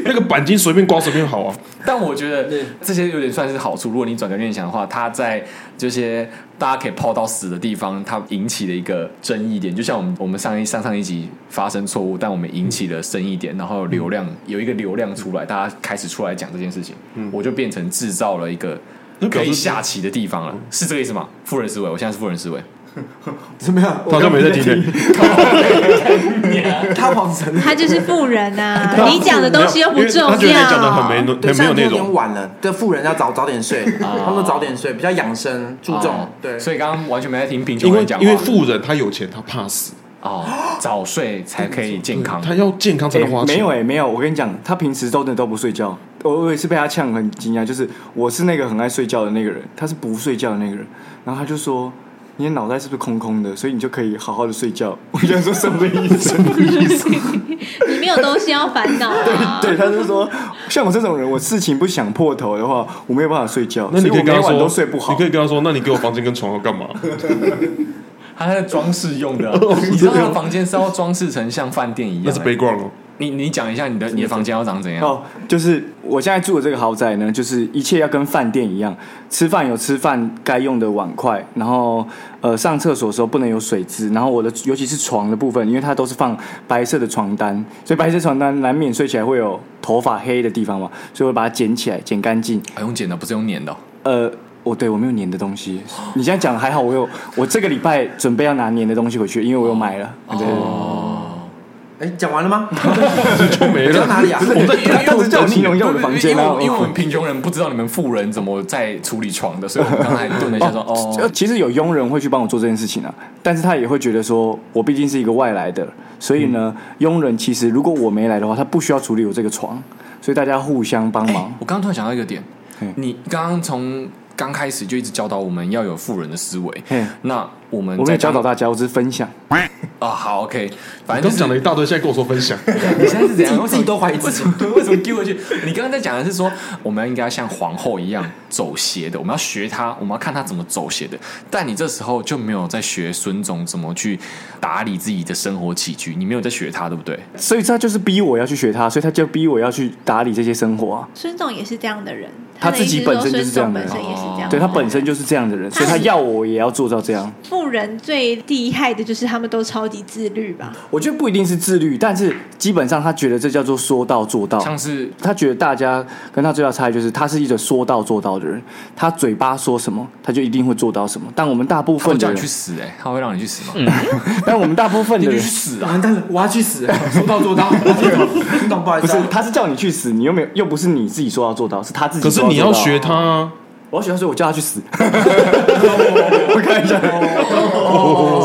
F: 那个钣金随便刮随便好啊。
C: 但我觉得这些有点算是好处。如果你转个念想的话，它在这些大家可以泡到死的地方，它引起了一个争议点。就像我们我们上一上上一集发生错误，但我们引起了争议点，然后流量有一个流量出来，大家开始出来讲这件事情，
F: 嗯
C: 我就变成制造了一个
F: 那表
C: 可
F: 示
C: 以下棋的地方了，是这个意思吗？富人思维，我现在是富人思维。
E: 怎么样？
F: <laughs> 他好像没在听欸的，
E: <laughs> 他往神了，
A: 他就是富人呐、你讲的东西又不重要。啊
F: 他觉得你讲的很没内
E: 对，
F: 很没有
E: 现在
F: 内
E: 有点
F: 容。
E: 晚了，对，富人要早早点睡，
A: 啊
E: <laughs> 他们早点睡，比较养生，注重
C: 哦
E: 对，
C: 所以刚刚完全没在听贫
F: 因
C: 穷
F: 为
C: 人讲话，
F: 因为富人他有钱，他怕死，
C: 哦，早睡才可以健康。
F: 嗯他要健康才能花
B: 欸
F: 钱。
B: 没有哎、没有。我跟你讲，他平时都真的都不睡觉。我我也是被他呛很惊讶，就是我是那个很爱睡觉的那个人，他是不睡觉的那个人。然后他就说：“你的脑袋是不是空空的？所以你就可以好好的睡觉。” <laughs> 我就说什么意思？ <laughs>
A: 你没有东西要烦恼啊。
B: <laughs> 对，他就说像我这种人，我事情不想破头的话，我没有办法睡觉，
F: 那你可
B: 所以
F: 以
B: 我
F: 跟
B: 每
F: 他
B: 晚
F: 说，
B: 都睡不好。
F: 你可以跟他说，那你给我房间跟床要干 <laughs> 嘛？
C: 他在装饰用
B: <laughs>
C: 的啊、你知道他的房间是要装饰成像饭店一样、
F: 那是
C: 欸。
F: background 哦。
C: 你你讲一下你的你的房间要长怎样？
B: 哦，就是我现在住的这个豪宅呢，就是一切要跟饭店一样，吃饭有吃饭该用的碗筷，然后呃上厕所的时候不能有水渍，然后我的尤其是床的部分，因为它都是放白色的床单，所以白色床单难免睡起来会有头发黑的地方嘛，所以我把它捡起来，捡干净。
C: 啊用剪的，不是用粘的哦、
B: 呃，我对我没有粘的东西， <laughs> 你现在讲还好，我有我这个礼拜准备要拿粘的东西回去，因为我有买了。
C: 哦
B: 对 <laughs> 对对
E: 哎，讲完了吗？
F: 就没
E: 讲到
F: 了。
E: 哪里啊？
B: 不是他他只叫我形容一下我的房间
C: 因为
B: 然
C: 我
B: 后
C: 因为我们贫穷人不知道你们富人怎么在处理床的，所
B: <laughs>
C: 以我们刚才顿了一下说，
B: 呃，
C: 哦，
B: 其实有佣人会去帮我做这件事情啊，但是他也会觉得说，我毕竟是一个外来的，所以呢，
C: 嗯
B: 佣人其实如果我没来的话，他不需要处理我这个床，所以大家互相帮忙。
C: 我刚刚突然想到一个点
B: 嘿，
C: 你刚刚从刚开始就一直教导我们要有富人的思维
B: 嘿，
C: 那我们
B: 我没
C: 在
B: 有教导
C: 他
B: 大家，我只是分享。
C: 啊，好，OK，反
F: 你刚
C: 正就是
F: 讲了一大堆，现在跟我说分 <laughs> 享，
C: 你现在是怎样？
E: 自己都怀疑
C: 为
E: 自
C: 什 <laughs>
E: 己
C: 么对，为什么丢回去？你刚刚在讲的是说，我们应该像皇后一样走斜的，我们要学她，我们要看她怎么走斜的。但你这时候就没有在学孙总怎么去打理自己的生活起居，你没有在学他，对不对？
B: 所以他就是逼我要去学他，所以他就逼我要去打理这些生活啊。
A: 孙总也是这样的人，
B: 他
A: 的意思
B: 自己本身就是这样的
A: 说孙总本
B: 人哦
A: 身也是
C: 哦
A: 这样的人，
B: 对他本身就是这样的人，所以他要我也要做到这样。
A: 富人最厉害的就是他们都超级自律吧？
B: 我觉得不一定是自律，但是基本上他觉得这叫做说到做到。
C: 像是
B: 他觉得大家跟他最大差异就是，他是一个说到做到的人，他嘴巴说什么，他就一定会做到什么。但我们大部
C: 他会
B: 分
C: 叫
B: 的
C: 你
B: 人
C: 去，死、哎，他会让你去死吗？
B: 但我们大部分
C: 你
B: 的
C: 就去
B: 人
C: 死啊！
E: 完蛋了，我要去死了，说到做到，听懂不好意
B: 不
E: 思
B: 是
E: 啊，，
B: 他是叫你去死，你又没有，又不是你自己说到做到，是他自己
F: 可是
B: 说到
F: 你
B: 做到
F: 要学，他啊。
B: 我要学他，所以我叫他去死。 <laughs>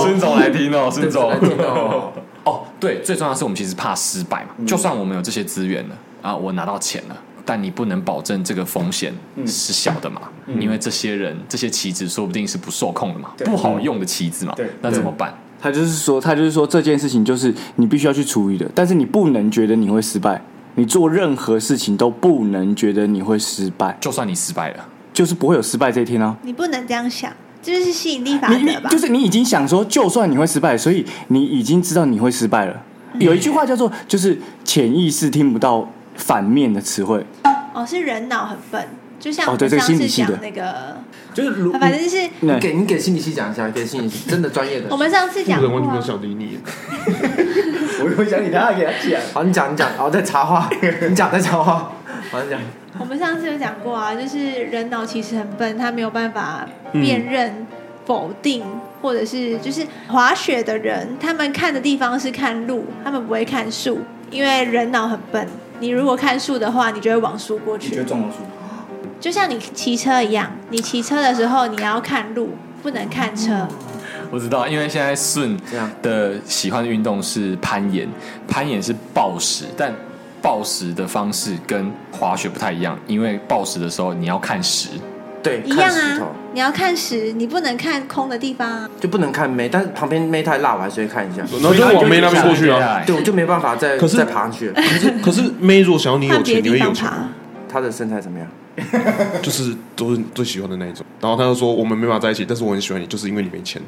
C: 孙总来听哦，孙总
E: 来听哦。
C: 哦，对，最重要的是我们其实怕失败
B: 嗯
C: 嘛。就算我们有这些资源了啊，我拿到钱了，但你不能保证这个风险
B: 嗯
C: 是小的嘛，因为这些人这些棋子说不定是不受控的嘛，不好用的棋子嘛
B: 嗯对，
C: 那怎么办？
B: 他就是说，他就是说这件事情就是你必须要去处理的，但是你不能觉得你会失败，你做任何事情都不能觉得你会失败，
C: 就算你失败了，
B: 就是不会有失败这一天啊。
A: 你不能这样想，这就是吸引力法
B: 你你
A: 则吧？
B: 就是你已经想说，就算你会失败，所以你已经知道你会失败了。有一句话叫做，就是潜意识听不到反面的词汇。
A: 哦，是人脑很笨，就像
B: 哦
A: 我们
B: 对这个
A: 上
B: 心
A: 次
B: 理系的嗯
A: 讲那个，啊
E: 就是如
A: 反正就是
B: 那
E: 你给你给心理系讲一下，给心理系真的专业的
A: 我，们上次
F: 富
A: 讲
F: 人
A: 过
F: 完全没
A: 啊
F: 有，想理你，
B: 我有想你，他给他讲。
E: 好，你讲你讲，好再插话，你讲再插话，好你讲，
A: 我们上次有讲过啊，就是人脑其实很笨，他没有办法辨认、否定，或者是就是滑雪的人，他们看的地方是看路，他们不会看树，因为人脑很笨。你如果看树的话，你就会往树过去。
B: 撞老鼠？
A: 就像你骑车一样，你骑车的时候你要看路，不能看车。
C: 我知道，因为现在顺
E: 这样
C: 的喜欢的运动是攀岩，攀岩是暴食，但暴食的方式跟滑雪不太一样，因为暴食的时候你要看时。
E: 对，
A: 一样
E: 看石头
A: 啊，你要看实，你不能看空的地方啊。
E: 就不能看妹，但是旁边妹太辣，我还是会看一下，
F: 然后就往妹那边过去啊。
E: 对，我就没办法再
F: 可是
E: 再爬上去了，
F: 可是可是妹如果想要你有
A: 看别
F: 钱，你
A: 的
F: 会
A: 地方
F: 有钱吗
A: 爬，
E: 她的身材怎么样？
F: 就是都是最喜欢的那一种。然后他就说我们没办法在一起，但是我很喜欢你，就是因为你没钱。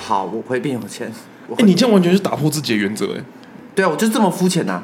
E: 好，我会变有钱。我
F: 哎、
E: 会
F: 你这样完全是打破自己的原则哎、
E: 对啊，我就这么肤浅呐，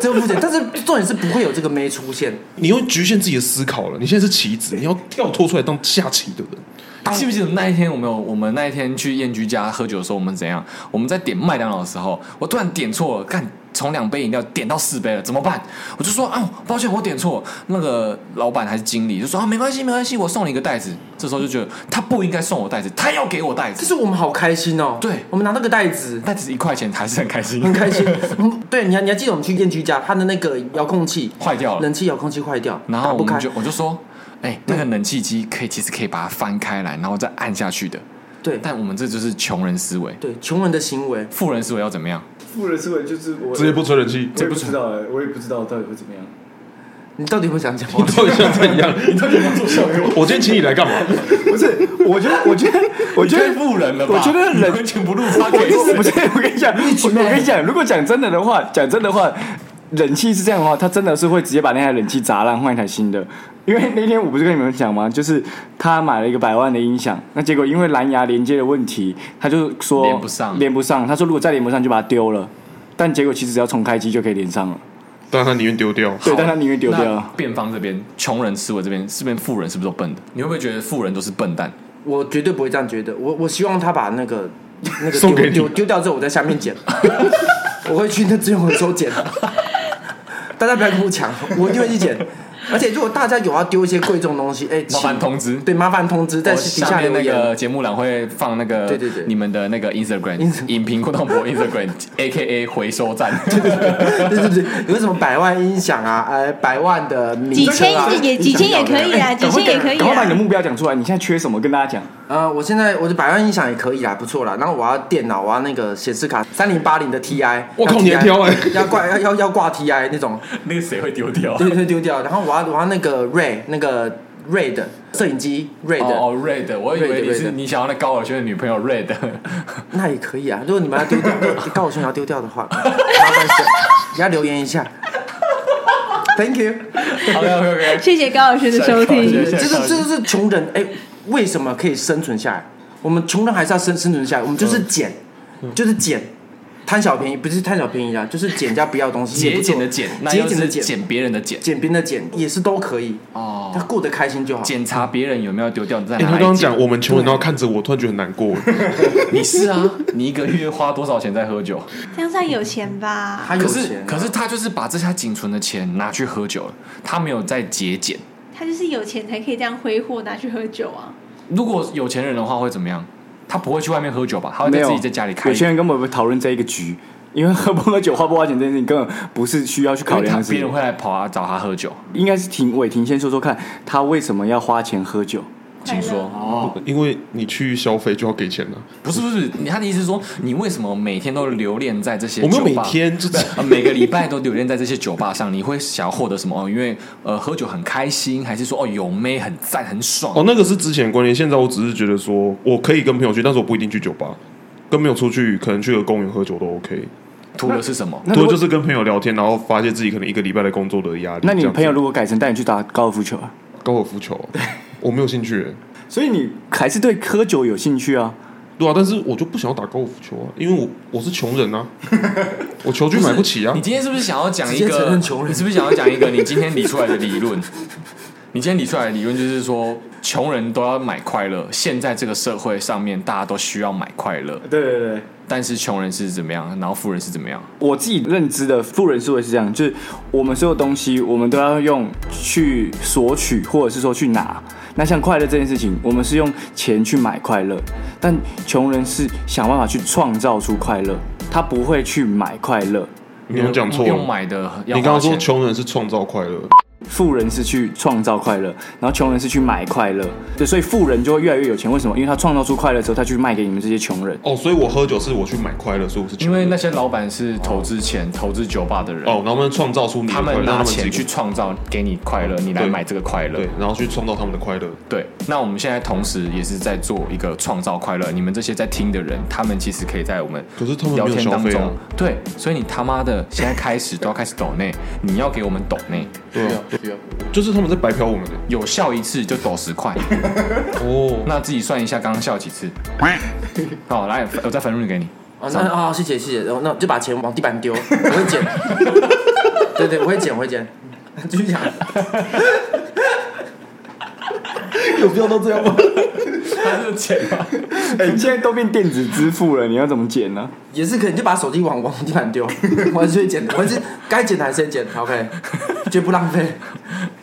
E: 这么肤浅。但是重点是不会有这个妹出现。
F: 你又局限自己的思考了。你现在是棋子，你要跳脱出来当下棋的人。
C: 记不记得那一天我们有我们那一天去燕居家喝酒的时候，我们怎样？我们在点麦当劳的时候，我突然点错了，干从两杯饮料点到四杯了，怎么办？我就说啊，抱歉，我点错。那个老板还是经理就说啊，没关系，没关系，我送你一个袋子。这时候就觉得他不应该送我袋子，他要给我袋
E: 可
C: 子，
E: 是我们好开心哦，
C: 对
E: 我们拿那个袋子，
C: 袋子一块钱还是很开 <laughs> 心，
E: 很开心。嗯， <laughs> 对，你还你还记得我们去燕居家，他的那个遥控器
C: 坏掉了
E: 冷。气遥控器坏掉，
C: 然
E: 打
C: 后
E: 不
C: 我
E: 开
C: 们就我就说，哎、那个冷气机可以其实可以把它翻开来，然后再按下去的。
E: 对
C: 但我们这就是穷人思维，
E: 对穷人的行为，
C: 富人思维要怎么样？
B: 富人思维就是我
F: 直接不吹人气，
B: 我也不知道哎，我也不知道到底会怎么样。
E: 你到底会
C: <laughs>
E: 想讲话吗？
F: 到底想怎样？你到底要做效 <laughs> 果？我今天请你来干嘛？
B: 不是，我觉得，我觉得，我觉
C: 你
B: 得
C: 太富人了吧？
B: 我觉得人
C: 你完全不录发
B: 我
A: <laughs>
C: 给
B: 就是
C: 我
B: 不。是，我跟你讲，我我跟你讲，如果讲真的的话，讲真的话，冷气是这样的话，他真的是会直接把那台冷气砸烂，换一台新的。因为那天我不是跟你们讲吗？就是他买了一个百万的音响，那结果因为蓝牙连接的问题，他就说
C: 连不上
B: 连不上。他说如果再连不上就把它丢了，但结果其实只要重开机就可以连上了。
F: 但他宁愿丢掉。
B: 对，但他宁愿丢
C: 那
B: 掉。
C: 辩方这边，穷人思维这边，这边富人是不是都笨的？你会不会觉得富人都是笨蛋？
E: 我绝对不会这样觉得。我我希望他把那个那个
F: 送
E: 丢
F: 给你
E: 丢丢掉之后，我在下面捡，
C: <laughs>
E: 我会去那资源回收捡。大家不要跟我抢，我一定会去捡。而且如果大家有要丢一些贵重东西，哎、
C: 麻烦
E: 请
C: 通知
E: 对，麻烦通知在
C: 我
E: 底下
C: 面
E: 留
C: 那
E: 言。
C: 个节目栏会放那个
E: 对对对
C: 你们的那个 Instagram 影评互动博
E: <laughs>
C: Instagram A K A 回收站，
E: 对对对，有什么百万音响啊，呃，百万的名
A: 几
E: 车啊哎
A: 千也几千也可以啊，几千也可以
B: 赶快把你的
A: 啊。
B: 目标讲出来，你现在缺什么？跟大家讲。
E: 呃，我现在我的百万音响也可以啦，不错啦。然后我要电脑，我要那个显示卡三零八零的 TI，
F: 我
E: 要
F: 靠你还
E: TI
F: 挑欸
E: 要挂要要要挂 TI 那种，
C: <laughs> 那个谁会丢掉啊？
E: 对对丢掉。然后我要我要那个 Ray 那个 Ray 的摄影机 Ray 的，
C: 哦哦，Red，我以为
E: Red，
C: 你
E: Red
C: 是你想要那高尔宣的女朋友
E: <laughs>
C: Red，
E: 那也可以啊。如果你们要丢掉， <laughs> 告我说你要丢掉的话，麻烦下，你要留言一下。Thank you。
C: 好的，OK OK，
A: 谢谢高老师的收
C: 谢
A: 听
C: 谢。
E: 这是这就是穷人 <laughs> 哎，为什么可以生存下来？我们穷人还是要生生存下来，我们就是捡，就是捡，贪小便宜，不是贪小便宜啊，就是捡人家不要的东西，也
C: 节
E: 不错
C: 俭的俭，那
E: 节
C: 又
E: 俭的
C: 是
E: 捡，
C: 捡别人的捡
E: 捡别人的捡也是都可以，
C: 哦
E: 他，过得开心就好。
C: 检查别人有没有丢掉，你再
F: 哎、
C: 拿
F: 他
C: 来
F: 刚刚
C: 捡
F: 讲我们穷人，然后看着我，突然觉得很难过。
C: 你是啊，你一个月花多少钱在喝酒？
A: 这样算有钱吧？
E: 他有
C: 可
E: 钱
B: 啊
C: 是，可是他就是把这下仅存的钱拿去喝酒了，他没有在节俭。
A: 他就是有钱才可以这样挥霍，拿去喝酒啊。
C: 如果有钱人的话会怎么样？他不会去外面喝酒吧？他会
B: 没
C: 在
B: 有
C: 自己在家里开
B: 有。些人根本不讨论这一个局，因为喝不喝酒、花不花钱这件事情根本不是需要去考
C: 因为
B: 量
C: 他
B: 的事
C: 别人
B: 情。
C: 会来跑啊找他喝酒，
B: 应该是停伟霆先说说看，他为什么要花钱喝酒？
C: 请
A: 快乐
C: 说。
F: 因为你去消费就要给钱了，
C: 不是不是，你他的意思是说，你为什么每天都留恋在这些
F: 我
C: 酒吧？
F: 们每天就
C: <laughs> 呃每个礼拜都留恋在这些酒吧上，你会想要获得什么？哦，因为呃喝酒很开心，还是说哦有妹很赞很爽？
F: 哦，那个是之前的观念，现在我只是觉得说我可以跟朋友去，但是我不一定去酒吧，跟朋友出去，可能去个公园喝酒都 OK。
C: 图的是什么？
B: 那如
F: 多
B: 果
F: 就是跟朋友聊天，然后发泄自己可能一个礼拜的工作的压力。
B: 那你
F: 这样子
B: 朋友如果改成带你去打高尔夫球啊？
F: 高尔夫球，啊我没有兴趣耶。
B: 所以你还是对喝酒有兴趣啊？
F: 对啊，但是我就不想要打高尔夫球啊，因为我我是穷人
C: <laughs>
F: 啊，我球具买不起啊
C: 你。今天是不是想要讲一
E: 直接承
C: 个？
E: 认穷人
C: 你是不是想要讲一个你今天理出来的理论？ <laughs> 你今天理出来的理论就是说，穷人都要买快乐。现在这个社会上面，大家都需要买快乐，
B: 对对对。
C: 但是穷人是怎么样，然后富人是怎么样？
B: 我自己认知的富人思维是这样，就是我们所有东西，我们都要用去索取，或者是说去拿。那像快乐这件事情，我们是用钱去买快乐，但穷人是想办法去创造出快乐，他不会去买快乐。
F: 你有讲错
C: 用
F: 了，
C: 买的
F: 你
C: 要花
F: 刚刚说
C: 钱
F: 穷人是创造快乐，
B: 富人是去创造快乐，然后穷人是去买快乐，对，所以富人就会越来越有钱。为什么？因为他创造出快乐之后，他去卖给你们这些穷人。
F: 哦，所以我喝酒是我去买快乐，所以我是
C: 因
F: 穷人。
C: 为那些老板是投资钱、投资酒吧的人，
F: 哦，然后他们创造出你的
C: 他
F: 快乐
C: 们
F: 让
C: 拿
F: 自己
C: 钱去创造给你快乐，你来
F: 对
C: 买这个快乐
F: 对。，然后去创造他们的快乐。
C: 对，那我们现在同时也是在做一个创造快乐。你们这些在听的人，他们其实可以在我们
F: 可是他们没有
C: 聊天
F: 消
C: 当
F: 费
C: 中，
F: 啊
C: 对，所以你他妈的现在开始都要开始抖内，你要给我们抖内，
F: 对啊，
B: 需要
F: 就是他们在白嫖我们的。
C: 有效一次就抖十块，
F: 哦，
C: 那自己算一下刚刚笑几次。好，来，我再分润给你。
E: 哦，那啊、谢谢谢谢，然后那我就把钱往
C: <laughs>
E: 地板丢，我会捡。 <laughs> 对对，我会捡，我会捡。 <laughs> 继续讲，
F: 有必要到这样吗？
C: 他是钱吗？
B: <laughs> 哎、你现在都变电子支付了，你要怎么减呢、
E: 也是可以，你就把手机往往地板
C: <laughs>
E: 丢，我还是会捡的，我还是该捡的还是会捡，OK，绝不浪费。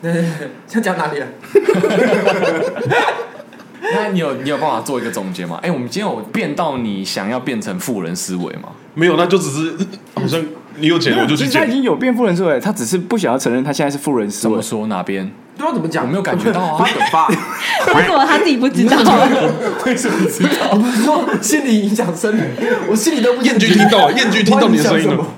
E: 对对对，这讲哪里啊了？
C: 那你有你有办法做一个总结吗？哎、我们今天有变到你想要变成富人思维吗？
F: 没有，那就只是好像你有钱我就
B: 其
F: 去
B: 实他已
F: 捡。
B: 经有变富人思维了，他只是不想要承认他现在是富人思
C: 怎
B: 维
C: 么。说哪边？
E: 对啊，怎么讲？
C: 我没有感觉到啊
E: 我很发，
A: 为什么他自己不知道？
C: <laughs> 为什么知道？
E: 我不是说心理影响生理，我心里都不
F: 燕居听到了，燕居听到你的声音
E: 我还没想什么
F: 了。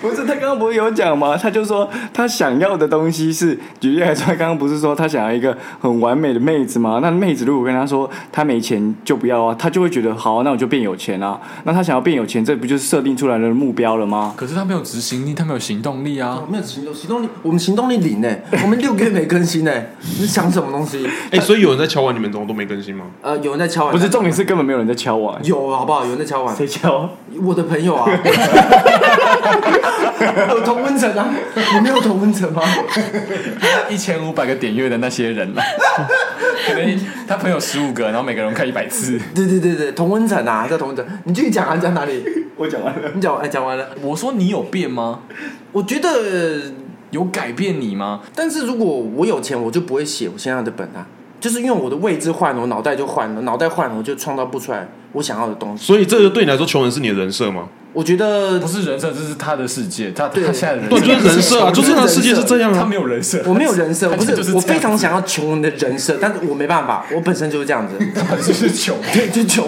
B: 不是他刚刚不是有讲吗？他就说他想要的东西是，举例来说，他刚刚不是说他想要一个很完美的妹子吗？那妹子如果跟他说他没钱就不要啊，他就会觉得好、啊，那我就变有钱啊。那他想要变有钱，这不就是设定出来的目标了吗？
C: 可是他没有执行力，他没有行动力啊
E: 我！没有行动，行动力，我们行动力零呢、我们六个月没更新呢、你在想什么东西？
F: 哎，所以有人在敲完你们怎么都没更新吗？
E: 呃，有人在敲碗，
B: 不是，重点是根本没有人在敲啊碗，
E: 有好不好？有人在敲碗，
B: 谁敲？
E: 我的朋友
C: <laughs>
E: 啊，有同温层啊，你没有同温层吗？
C: <laughs> 一千五百个点阅的那些人啊， <laughs> 可能他朋友十五个，然后每个人看一百次。
E: 对对对对，同温层啊，在同温层，你继续讲啊，讲哪
C: <laughs>
E: 里？
B: 我讲完了。
E: 你讲完，哎，讲完了。
C: 我说你有变吗？
E: 我觉得，
C: 有改变你吗？
E: 但是如果我有钱，我就不会写我现在的本啊，就是因为我的位置换了，我脑袋就换了，脑袋换了，我就创造不出来我想要的
C: <laughs>
E: 东西。
F: 所以这个对你来说，穷人是你的人设吗？
E: 我觉得
C: 不是人设，这是他的世界，他他
E: 对
C: 现在的人
F: 对，就
C: 设，
F: 是人设啊，就是他的世界是这样
C: 他
F: 啊。
C: 没有人设，
E: 我没有人设，
C: 他
E: 不
C: 就是就是
E: 我
C: 这样
E: 非常想要穷人的人设，但是我没办法，我本身就是
C: <laughs>
E: 这样子，
C: 他就是穷。
E: 对，就穷。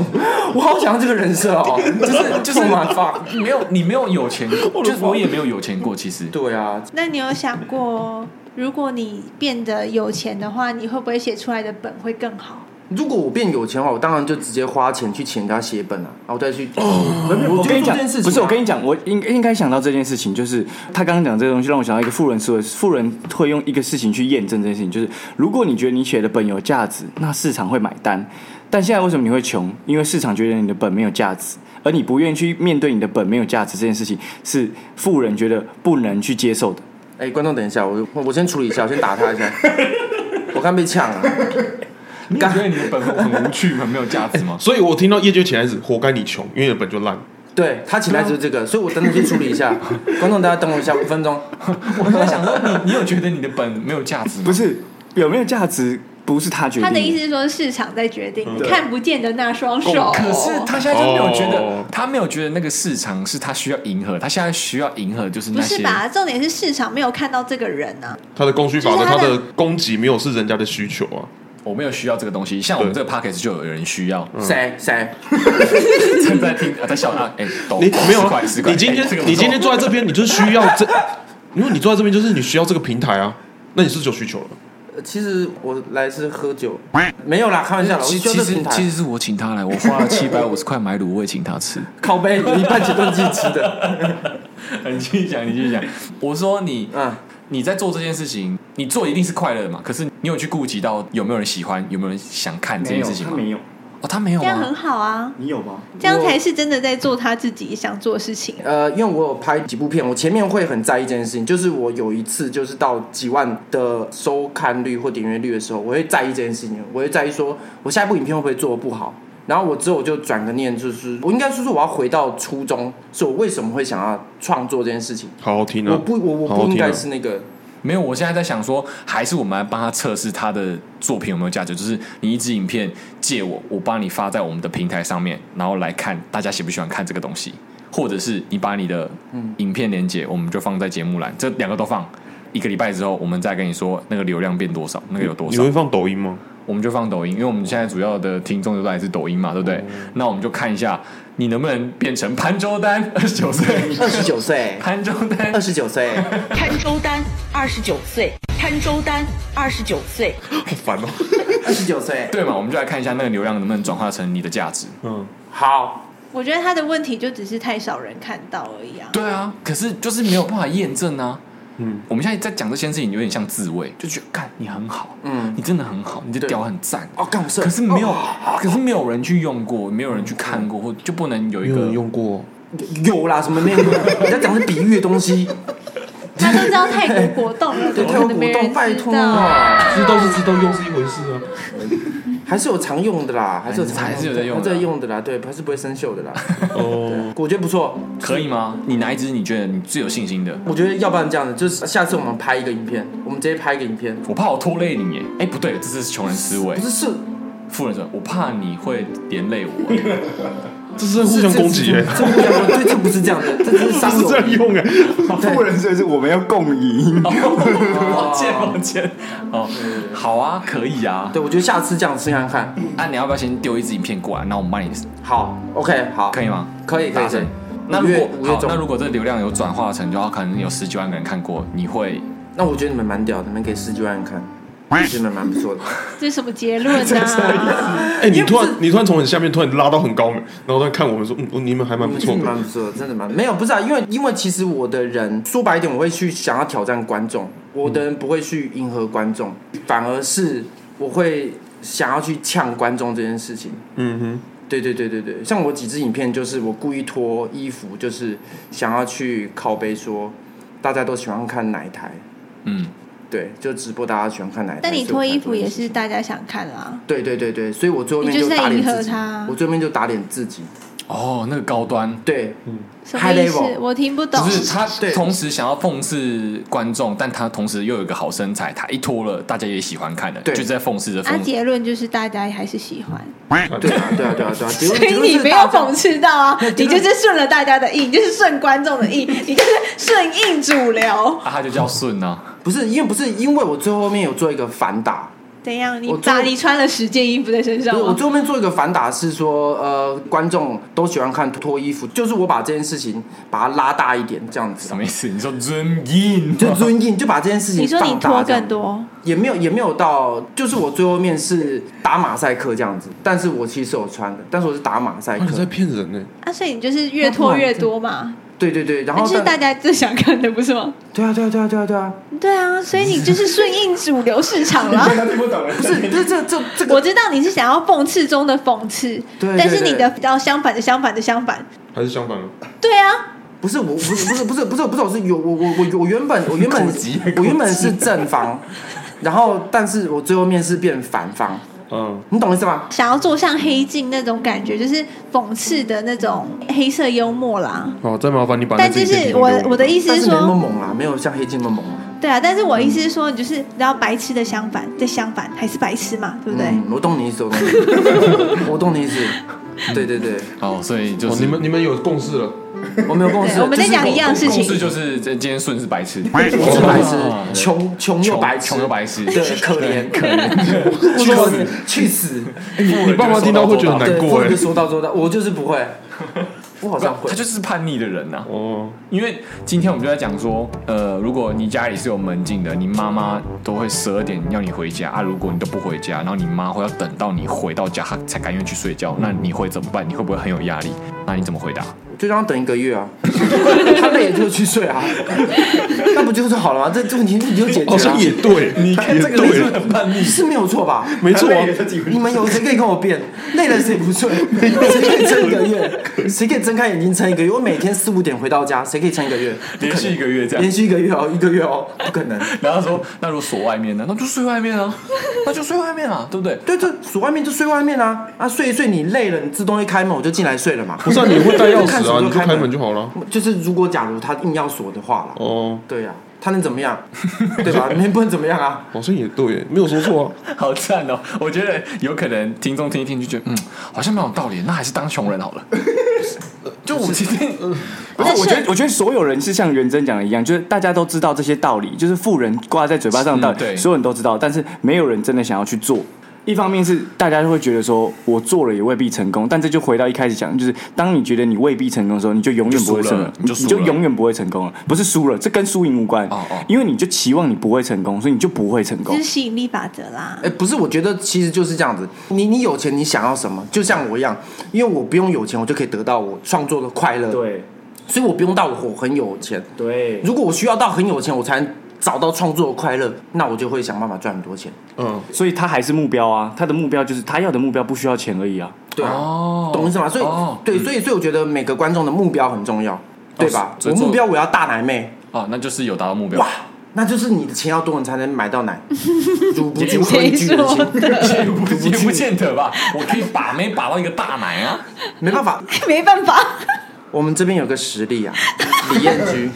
E: 我好想要这个人设哦，就是
C: <laughs>
E: 就是麻烦。
C: 没有，你没有有钱过，就是我也没有有钱过。其实，
E: 对啊，
A: 那你有想过，如果你变得有钱的话，你会不会写出来的本会更好？
E: 如果我变有钱的话，我当然就直接花钱去请人家写本啊，然后再去。嗯
B: 我
E: 我
B: 跟你讲，不是我跟
E: 你
B: 你讲，我应应该想到这件事情，就是他刚刚讲这个东西，让我想到一个富人思维，富人会用一个事情去验证这件事情，就是如果你觉得你写的本有价值，那市场会买单。但现在为什么你会穷？因为市场觉得你的本没有价值，而你不愿意去面对你的本没有价值这件事情，是富人觉得不能去接受的。
E: 哎，观众等一下，我我先处理一下，我先打他一下，我刚被呛啊了。
C: 你有觉得你的本很无趣、很没有价值
F: <laughs>
C: 吗？
F: 所以我听到叶娟前孩子，活该你穷，因为你的本就烂。
E: 对他请来就是这个，所以我等等去处理一下。观众大家等我一下，五分钟。
C: 我在想说，你你有觉得你的本没有价值吗？
B: 不是有没有价值，不是他决定。
A: 他的意思是说，市场在决定你看不见的那双手。
C: 可是他现在就没有觉得
F: 哦，
C: 他没有觉得那个市场是他需要迎合，他现在需要迎合就是
A: 不
C: 那
A: 是
C: 些。
A: 吧？重点是市场没有看到这个人啊。
F: 他的供需法则，
A: 就是他
F: 他
A: 的
F: 的供给没有是人家的需求啊。
C: 我没有需要这个东西，像我们这
F: 对
C: 个 p a c k a g e 就有人需
F: <laughs>
C: 要，
E: 谁谁？
C: 正在听啊，在笑他，哎，懂
F: 你没有
C: 十
F: 啊
C: 块十？块，
F: 你今
C: 哎这个
F: 天
C: 不
F: 你
C: 错
F: 今天坐在这边，你就是需要这， <laughs> 因为你坐在这边就是你需要这个平台啊，那你是不是有需求了。
E: 呃其实我来是喝酒，没有啦，开玩笑啦，我
C: 其
E: 是
C: 其
E: 需要这个
C: 实
E: 平台。
C: 其实是 <laughs> 我请他来，我花了七百五十块买卤味请他
F: <laughs>
C: 吃。
E: 靠背，你半截都自己吃的。
C: 你继续讲，你继续讲。我说你
E: 嗯，
C: 你在做这件事情，你做一定是快乐的嘛？可是你有去顾及到有没有人喜欢，有没有人想看这件事情吗？
B: 有，
C: 哦，他没有
A: 这样很
C: 吗？
A: 好啊，
B: 你有吗？
A: 这样才是真的在做他自己想做的事情。
E: 呃，因为我有拍几部片，我前面会很在意这件事情，就是我有一次就是到几万的收看率或点阅率的时候，我会在意这件事情，我会在意说我下一部影片会不会做的不好。然后我之后我就转个念，就是我应该说是我要回到初衷，是我为什么会想要创作这件事情。
F: 好好听啊！
E: 我不，我我
F: 好好
E: 不应
F: 听啊
E: 该是那个，
C: 没有。我现在在想说，还是我们来帮他测试他的作品有没有价值。就是你一支影片借我，我帮你发在我们的平台上面，然后来看大家喜不喜欢看这个东西，或者是你把你的影片连接，我们就放在节目栏，这两个都放。一个礼拜之后，我们再跟你说那个流量变多少，那个有多
F: 你
C: 少
F: 会。放抖音吗？
C: 我们就放抖音，因为我们现在主要的听众都来自抖音嘛，对不对？那我们就看一下你能不能变成潘周丹，二十九岁，
E: 二十
F: <laughs>
E: 九岁，
C: 潘周丹
E: 二，十九岁，
G: 潘周丹，二十九岁。潘周丹，
H: <coughs>
G: 二十九岁。
F: 好烦哦。
E: 二十九岁，
C: 对嘛？我们就来看一下那个流量能不能转化成你的价值。
F: 嗯，
E: 好，
A: 我觉得他的问题就只是太少人看到而已啊。
C: 对啊，可是就是没有办法验证啊。嗯，我们现在在讲这件事情，有点像自慰，就觉得干你很好，嗯，你真的很好，你的屌很赞，
E: 哦，干我事，
C: 可是没有，可是没有人去用过，没有人去看过，或就不能有一个
F: 过，
E: 有啦，什么没有？你在讲是比喻的东
A: <laughs>
E: 西，
A: <laughs> 他都知道泰国果冻了，怎
E: <laughs> 对
A: 么
E: 泰国
A: 可能
E: 果
A: 没
E: 冻，
A: 人
E: 拜
A: 知
E: 托
A: 道？
E: 啊，
F: 知道是知道，用是一回事啊。
E: 还是有常用的啦，还是有常
C: 还是有在用的
E: 还是有在用的啦，对，还是不会生锈的啦。
F: 哦，
E: 我觉得不错，
C: 可以吗？你哪一支你觉得你最有信心的？
E: 我觉得要不然这样子，就是下次我们拍一个影片，我们直接拍一个影片，
C: 我怕我拖累你耶！哎、不对，这是穷人思维
E: 不，是是
C: 富人思维。我怕你会连累我 <laughs> 耶。
F: 这是互相攻击耶，
E: 这不讲，对，这不是这样的，这只是
F: 这
E: 伤
F: 是
E: 友
F: 这。样用哎。
B: 富人所以是我们要共赢。
C: 抱歉，抱歉。哦，好啊，可以啊。
E: 对，我觉得下次这样试看看。
C: 那、你要不要先丢一支影片过来？那我们帮你，
E: 好，OK，好，
C: 可以吗？
E: 可以，可以，
C: 大
E: 可
C: 声
E: 以。
C: 那
E: 五
C: 如
E: 月
C: 果
E: 五月
C: 好，
E: 中
C: 那如果这流量有转化成，就要可能有十几万个人看过，你会
E: 那我觉得你们蛮屌的，你们给十几万人看，我觉得你们蛮不错的。
A: 这是什么结论
E: <laughs>
A: 啊？
F: 哎，你突然你突然从很下面突然拉到很高然后再看我们说，嗯，你们还蛮不错
E: 真的
F: 的。
E: 蛮不错的，真的蛮没有不是啊，因为因为其实我的人说白一点，我会去想要挑战观众，我的人不会去迎合观众，反而是我会想要去呛观众这件事情。
F: 嗯哼。
E: 对对对对对，像我几支影片就是我故意脱衣服，就是想要去靠背说大家都喜欢看哪一台，
C: 嗯，
E: 对，就直播大家喜欢看哪一台。
A: 但你脱衣服也
E: 所以
A: 是大家想看啦，
E: 我才做这件事。对对对对，所以我最后面
A: 你就是在
E: 打脸
A: 迎合
E: 自己
A: 他，
E: 我最后面就打脸自己。
C: 哦，那个高端。
E: 对，
A: 什么意
E: High
A: 思？
E: level
A: 我听不懂
C: 就。是他
E: 对
C: 同时想要讽刺观众，但他同时又有一个好身材，他一脱了，大家也喜欢看的，
E: 对
C: 就是在讽刺着
A: 啊，
C: 讽刺。
A: 结论就是大家还是喜欢，
E: 对啊，对啊，对啊，
A: <laughs>
E: 对啊，结论
A: 所以你没有讽
E: 结论
A: 刺
E: 是大家 <laughs>
A: 到啊，你就是顺了大家的意，你就是顺观众的意， <laughs> 你就是顺应主流。
C: 啊，他就叫顺啊，
E: 不是因为不是因为我最后面有做一个反打，
A: 怎样？你
E: 我
A: 把
E: 做
A: 你穿了十件衣服在身上
E: 不是我
A: 吗？
E: 最后面做一个反打是说，呃，观众都喜欢看脱衣服，就是我把这件事情把它拉大一点，这样子
C: 什，么意思？你说 <laughs> 尊啊印
E: 就尊敬，就把这件事情
A: 你说你
E: 放大
A: 脱
E: 这样
A: 更多，
E: 也没有也没有到，就是我最后面是打马赛克这样子，但是我其实有穿的，但是我是打马赛
A: 哦
F: 啊你在
E: 克，
F: 骗人呢？
A: 啊，所以你就是越脱越多嘛，
E: 对对对，然
A: 那
E: 后
A: 哎就是大
E: 但
A: 家最想看的，不是吗？
E: 对啊对啊对啊对啊对啊，
A: <laughs> 对啊，所以你就是顺应主流市场 <laughs> 了。
E: 不是不是这这这
A: 我
E: 个
A: 知道你是想要讽刺中的讽刺，
E: 对
A: 但是
E: 对
A: 你
E: 对
A: 的比较相反的相反的相反，
F: 还是相反啊？
A: 对啊，
E: 不是我不是不是不是不是不是我是有我我我我原本我原本
C: 口急口急
E: 我原本是正方，然后但是我最后面是变反方，
F: 嗯，
E: 你懂我意思吗？
A: 想要做像黑镜那种感觉，就是讽刺的那种黑色幽默啦。
F: 好，哦再麻烦你把那
A: 但
F: 支
A: 就
F: 影片提
A: 是
F: 供给
A: 我我的意思
E: 但是没那么
A: 说，
E: 猛啦，没有像黑镜那么猛啦。
A: 对啊，但是我意思是说，你就是你知道白痴的相反，再相反还是白痴嘛，对不对？
E: 嗯，我懂你意思，我懂你意
A: <laughs>
E: 思，我懂你意思。对对对，
C: 哦，所以就
F: 哦
C: 是
F: 你们你们有共识了，
E: 我没有共识，
A: 对，我们在讲一样的事
C: 共
A: 情，
C: 识就是这今天顺是白痴，
E: 就是
C: 是
E: 我白痴，穷穷又白痴，
C: 嗯穷又白痴，
E: 对，可怜可
F: 去
E: 怜，去死！
F: 你爸妈听到会觉得很
E: 对，
F: 难过
E: 或
F: 哎
E: 者。说到做到，我就是不会，我好像会
C: 他，就是叛逆的人啊呐、
F: 哦，
C: 因为今天我们就在讲说，呃，如果你家里是有门禁的，你妈妈都会十二点要你回家啊。如果你都不回家，然后你妈会要等到你回到家，她才甘愿去睡觉，那你会怎么办？你会不会很有压力？那你怎么回答？
E: 就让他等一个月啊，他累了就去睡啊，那不就是好了吗？这这问题你就解
F: 好
E: 决啊
F: 像
E: 了，
F: 哦也对，你看
C: 这个是
F: 对，
C: 很叛逆，
E: 是没有错吧？
F: 没错啊。
E: 你们有谁可以跟我辩？累了谁不睡？谁可以撑一个月？谁可以睁开眼睛撑一个月？我每天四五点回到家，谁可以撑一个月？
C: 连续一个月这样
E: 连。续一个月哦，一个月哦，不可能。
C: 然后他说，那如果锁外面呢？那就睡外面啊，那就睡外面啊，对不对？
E: 对，这锁外面就睡外面啊，啊睡一睡，你累了，你自动一开门我就进来睡了嘛。
F: 不是啊，你会带钥匙啊，
E: <laughs>
F: 你就
E: 就看什么就开
F: 开
E: 门
F: 门就好了。
E: 就是如果假如他硬要锁的话啦，
F: 哦，
E: 对呀、他能怎么样？ <laughs> 对吧？你不能怎么样啊？
F: 好像也对，没有说错啊。
C: 好赞哦！我觉得有可能听众听一听就觉得，嗯，好像蛮有道理，那还是当穷人好了。就我今天
B: 不是，我觉得我觉得所有人是像元真讲的一样，就是大家都知道这些道理，就是富人挂在嘴巴上的道
C: 嗯对
B: 理，所有人都知道，但是没有人真的想要去做。一方面是大家就会觉得说，我做了也未必成功，但这就回到一开始讲，就是当你觉得你未必成功的时候，你就永远不会
C: 就输
B: 成功
C: 了，你就输了
B: 永远不会成功了。不是输了，这跟输赢无关，
C: 哦嗯哦
B: 因为你就期望你不会成功，所以你就不会成
A: 就
B: 功
A: 是。吸引力法则啦。 <laughs>
E: 哎，不是，我觉得其实就是这样子。你你有钱，你想要什么？就像我一样，因为我不用有钱，我就可以得到我创作的快乐。
B: 对，
E: 所以我不用到我很有钱。
B: 对，
E: 如果我需要到很有钱，我才能找到创作的快乐，那我就会想办法赚很多钱。
F: 嗯，
B: 所以他还是目标啊，他的目标就是他要的目标不需要钱而已啊。
E: 对啊，
C: 哦
E: 懂意思吗？所以、
C: 哦
E: 对，所以所以我觉得每个观众的目标很重要，对
C: 哦
E: 吧？
C: 所以
E: 我
C: 做
E: 目标我要大奶妹，
C: 哦，那就是有达到目标
E: 哇。，那就是你的钱要多，你才能买
C: <laughs>
E: 到奶，如不惧回惧的心，
C: 也不也不见得吧，我可以把妹把到一个大奶啊！
E: 没办法，
A: 没办法，
E: 我们这边有个实力
B: <laughs>
E: 啊，李艳居，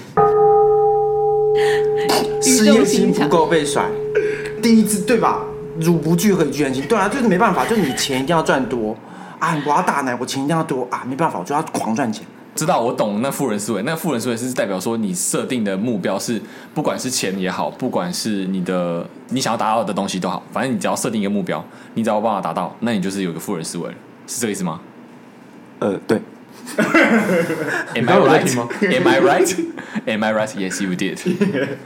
E: 事业心不够被甩，第一次对吧？乳不惧何以惧人心？对啊，就是没办法，就是你钱一定要赚多啊！我要大奶，我钱一定要多啊！没办法，我就要狂赚钱。
C: 知道我懂那富人思维，那富人思维是代表说你设定的目标是，不管是钱也好，不管是你的你想要达到的东西都好，反正你只要设定一个目标，你只要有办法达到，那你就是有个富人思维了，是这个意思吗
B: 呃，对，
C: <laughs> ？Am I right? Am I right? Am I right? Yes, you did.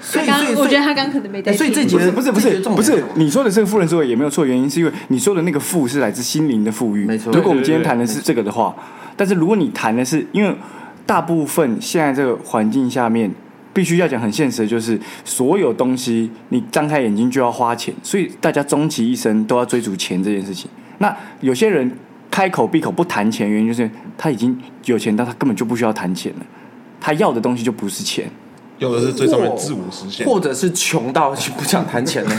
E: 所以，
A: 刚
E: 所以，
A: 我
E: 所
A: 觉
E: 以
A: 得他刚可能没在
E: 哎
A: 听，
E: 所以这集
B: 不是
E: 的
B: 不是不是
E: 这集的重
B: 不
E: 点
B: 是
E: 什么
B: 你说的这个富人思维也没有错，原因是因为你说的那个富是来自心灵的富裕。
E: 没错
B: 如果我们今天
E: 对对对
B: 谈的是这个的话，但是如果你谈的是，因为大部分现在这个环境下面，必须要讲很现实的就是，所有东西你张开眼睛就要花钱，所以大家终其一生都要追逐钱这件事情。那有些人开口闭口不谈钱，原因就是他已经有钱，但他根本就不需要谈钱了，他要的东西就不是钱。
F: 要的是最上面自我实现。
E: 或者是穷到不想谈钱了，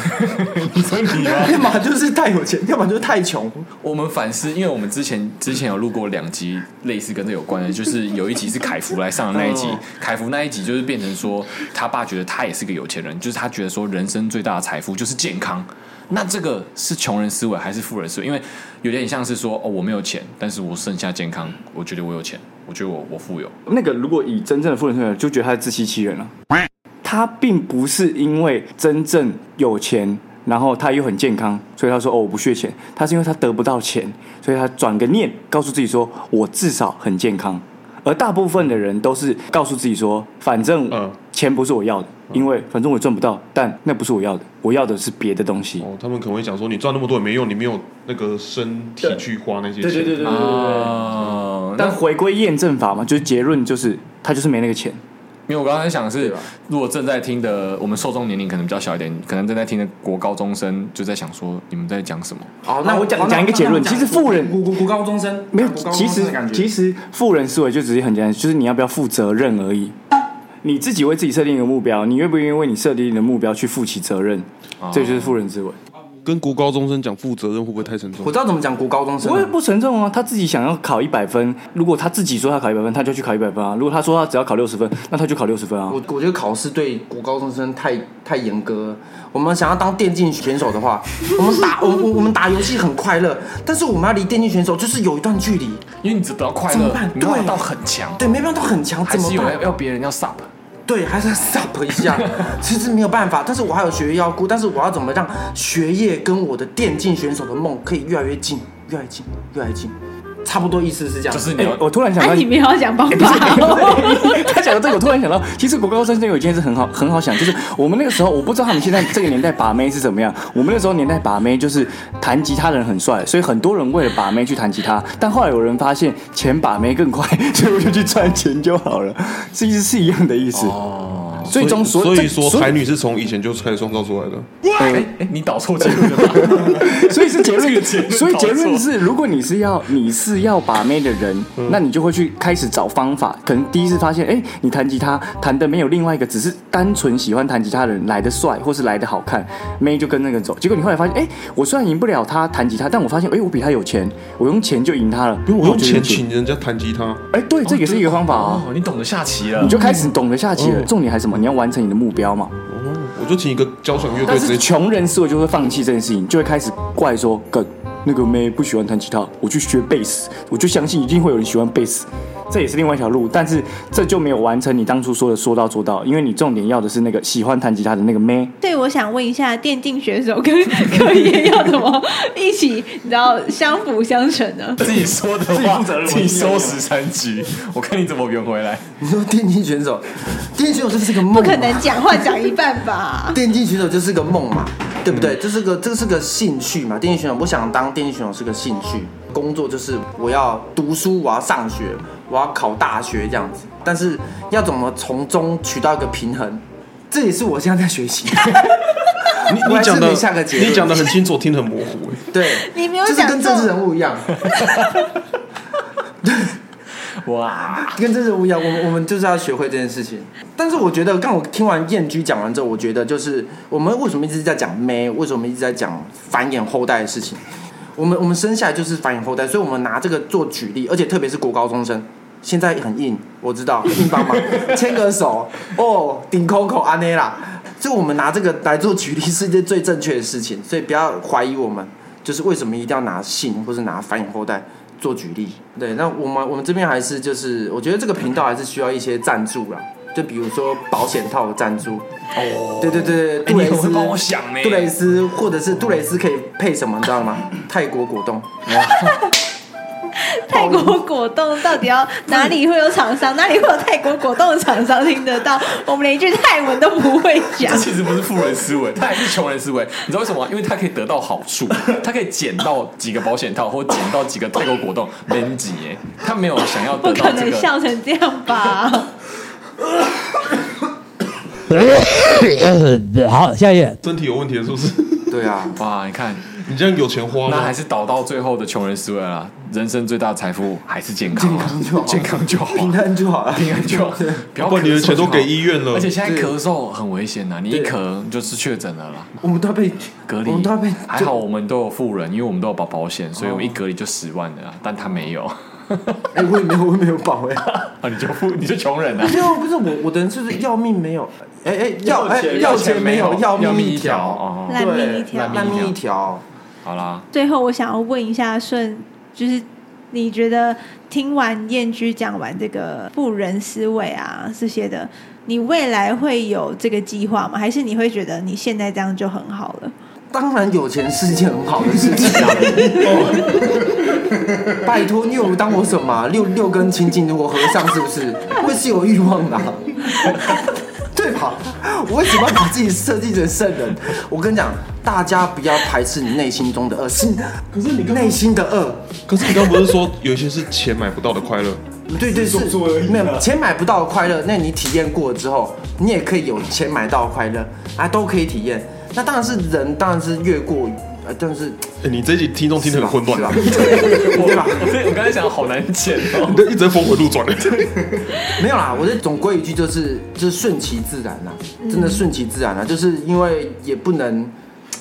C: 所以 <laughs> 你啊要
E: <laughs> 要么就是太有钱，要么就是太穷。
C: 我们反思，因为我们之前之前有录过两集类似跟这有关的，就是有一集是凯福来上的那一集，
B: 哦
C: 凯福那一集就是变成说，他爸觉得他也是个有钱人，就是他觉得说人生最大的财富就是健康。那这个是穷人思维还是富人思维？因为有点像是说，哦，我没有钱，但是我剩下健康，我觉得我有钱，我觉得我我富有。
B: 那个如果以真正的富人思维，就觉得他是自欺欺人了。他并不是因为真正有钱，然后他又很健康，所以他说：“哦，我不缺钱。”他是因为他得不到钱，所以他转个念，告诉自己说：“我至少很健康。”而大部分的人都是告诉自己说：“反正
F: 嗯
B: 钱不是我要的，因为反正我赚不到，但那不是我要的，我要的是别的东西。
F: 哦，他们可能会讲说，你赚那么多也没用，你没有那个身体去花那些钱。
B: 对
C: 哦，那
B: 啊但回归验证法嘛，就是结论就是他就是没那个钱。
C: 因为我刚才想的是，
B: 啊
C: 如果正在听的我们受众年龄可能比较小一点，可能正在听的国高中生就在想说，你们在讲什么？
E: 哦，
B: 那我讲
E: 好
B: 讲一个
E: 那
B: 结
E: 那
B: 论
E: 我们
B: 其实富人
E: 古古古高中生
B: 没有
E: 古高，中
B: 其
E: 生
B: 实
E: 的感觉
B: 其实富人思维就只是很简单，就是你要不要负责任而已。你自己为自己设定一个目标，你愿不愿意为你设定的目标去负起责任？
E: 哦
B: 这就是富人思维。
F: 跟国高中生讲负责任会不会太沉重
E: 我？知道怎么讲古高中生
B: 我也
E: 了，
B: 不沉重啊，他自己想要考一百分，如果他自己说他考一百分，他就去考一百分啊；如果他说他只要考六十分，那他就考六十分啊
E: 我。我觉得考试对古高中生太太严格了。我们想要当电竞选手
C: <laughs>
E: 的话，我们打我我我们打游戏很快乐，但是我们要离电竞选手就是有一段距离，
C: 因为你只得到快
E: 怎么
C: 乐
E: 办，
C: 你没办法
E: 对
C: 到很强，
E: 对，没办法很强，
C: 还
E: 怎么
C: 是有
E: 办
C: 要？要别人要 sub。
E: 对，还是要 stop 一
C: <laughs>
E: 下，其实没有办法。但是我还有学业要顾，但是我要怎么让学业跟我的电竞选手的梦可以越来越近，越来越近，越来越近？差不多意思是这样，
C: 就是你
B: 哎、
C: 要、
B: 我突然想
A: 啊，
B: 到，
A: 你们也要讲方法
B: 哎
A: 哦，
B: 他讲到这个，我突然想到，其实国高中生有一件事很好很好想，就是我们那个时候，我不知道他们现在这个年代把妹是怎么样。我们那时候年代把妹就是弹吉他的人很帅，所以很多人为了把妹去弹吉他。但后来有人发现钱把妹更快，所以我就去赚钱就好了，其实是一样的意思。哦，最终所
F: 所以
B: 这
F: 说
B: 所
F: 才女是从以前就开始创造出来的。
C: 哎你导错结论了吧？
B: 所以是结 <laughs>
C: 这个
B: 论，
C: 结论
B: 所以结
C: 搞
B: 论
C: 错
B: 是，如果你是要你是要把妹的人，那你就会去开始找方法。可能第一次发现，哎、你弹吉他弹的没有另外一个只是单纯喜欢弹吉他的人来的帅，或是来的好看，妹就跟那个走。结果你后来发现，哎、我虽然赢不了他弹吉他，但我发现，哎、我比他有钱，我用钱就赢他了。
F: 因为我用
B: 就有
F: 钱请人家弹吉他，
B: 哎、对，这也是一个方法啊。
C: 哦，你懂得下棋了
B: 你。就开始懂得下棋了，重点还是什么？你要完成你的目标嘛。
F: 我就请一个交响乐队
B: 但
F: 直
B: 是
F: 接去。
B: 穷人思维就会放弃这件事情，就会开始怪说，跟那个妹不喜欢弹吉他，我去学贝斯，我就相信一定会有人喜欢贝斯，这也是另外一条路，但是这就没有完成你当初说的说到做到，因为你重点要的是那个喜欢弹吉他的那个妹。
A: 对，我想问一下，电竞选手跟 <laughs> 科研要怎么一起，你知道相辅相成呢？
C: <laughs> 自己说的话，自己收拾残局，我看你怎么圆回来。
E: 你说电竞选
C: <laughs>
E: 手，电竞选手就是个梦，啊
A: 不可能讲话讲一半吧？
E: 电竞选手就是个梦嘛，对不对？这是个这是个兴趣嘛。电竞选手，我想当电竞选手是个兴趣，工作就是我要读书，我要上学，我要考大学这样子，但是要怎么从中取到一个平衡，这也是我现在在学
F: <laughs>
E: 习。
F: 你
E: 我
F: 你
E: 还是
F: 讲的
E: 没下个结论
F: 你讲的很清楚，听得很模糊、欸。
E: 对，
A: <laughs> 你没有
E: 就是
A: 讲
E: 跟政治
A: 中
E: 人物一样，
A: <laughs>
C: 哇，
E: 跟政治人物一样，我们我们就是要学会这件事情。但是我觉得，刚我听完燕居讲完之后，我觉得就是我们为什么一直在讲妹，为什么一直在讲繁衍后代的事情？我们我们生下来就是繁衍后代，所以我们拿这个做举例，而且特别是国高中生。现在很硬，我知道，
C: <laughs>
E: 硬帮忙，牵个手，哦，顶 Coco 安内啦，所以我们拿这个来做举例是一件最正确的事情，所以不要怀疑我们，就是为什么一定要拿性或是拿繁衍后代做举例？对，那我们我们这边还是就是，我觉得这个频道还是需要一些赞助啦，就比如说保险套的赞助，哦，对对对，杜
C: 哎你
E: 蕾
C: 很会
E: 斯，
C: 帮我想呢
E: 杜蕾斯或者是杜蕾斯可以配什么，你知道吗？泰国果冻。
A: 泰国果冻到底要哪里会有厂商？哪里会有泰国果冻的厂商听得到？我们连一句泰文都不会讲
C: 这。其实不是富人思维，他也是穷人思维。你知道为什么吗？因为他可以得到好 <laughs> 处，他可以捡到几个保险套，或捡到几个泰国果冻，能几耶？他没有想要
A: 不
C: 得
A: 可
C: 到这
A: 能
C: 个。
A: 笑成这样吧？
H: 呃好，下一页。
F: 身体有问题了是不是？
E: 对啊，
C: 哇，你看，
F: 你这样有钱花
C: 那还
F: 吗？
C: 是倒到最后的穷人思维啦。人生最大的财富还是健康啊，健康就好啊，
E: 平安就好了。
C: 平安就好，不要
F: 不然你的钱都给医院了
C: 而且现在咳嗽很危险呐，你一咳就是确诊了啦。
E: 我们都要被
C: 隔离
E: 我们都要被
C: 还好，我们都有富人，因为我们都有保保险，所以我一隔离就十万的啦，但他没有，
E: 哎、我也没有，我也没有保哎、
C: 啊，你就富，你就穷人啊
E: 没。有，不是我，我的人就是要命没有，哎、哎、要哎、要钱没有，
C: 要
E: 命
C: 一条
E: 条，
C: <laughs> 哦。
A: 烂命一
E: 对，
A: 条。
E: 烂命一条。
C: 好啦，
A: 最后，我想要问一下顺，就是你觉得听完燕居讲完这个富人思维啊这些的，你未来会有这个计划吗？还是你会觉得你现在这样就很好了？
E: 当然有钱是一件很好的事情啊！拜托，你有当我什么啊六六根清净，我和尚是不是？我也是有欲望的啊、对吧？我为什么要把自己设计成圣人？我跟你讲，大家不要排斥你内心中的恶，是可是你内心的恶，
F: 可是你刚刚不是说有一些是钱买不到的快乐？
E: 对对是，没有钱买不到的快乐，那你体验过之后，你也可以有钱买到的快乐啊，都可以体验。那当然是人，当然是越过，呃，但是
F: 哎，你这一集听众听得很混乱，
E: 是吧对对吧？
C: 我这我刚才想好难剪哦
F: <laughs> 你。这一直在峰回路转。欸
E: 没有啦，我这总归一句就是，就是顺其自然啦，真的顺其自然啦，啊就是因为也不能，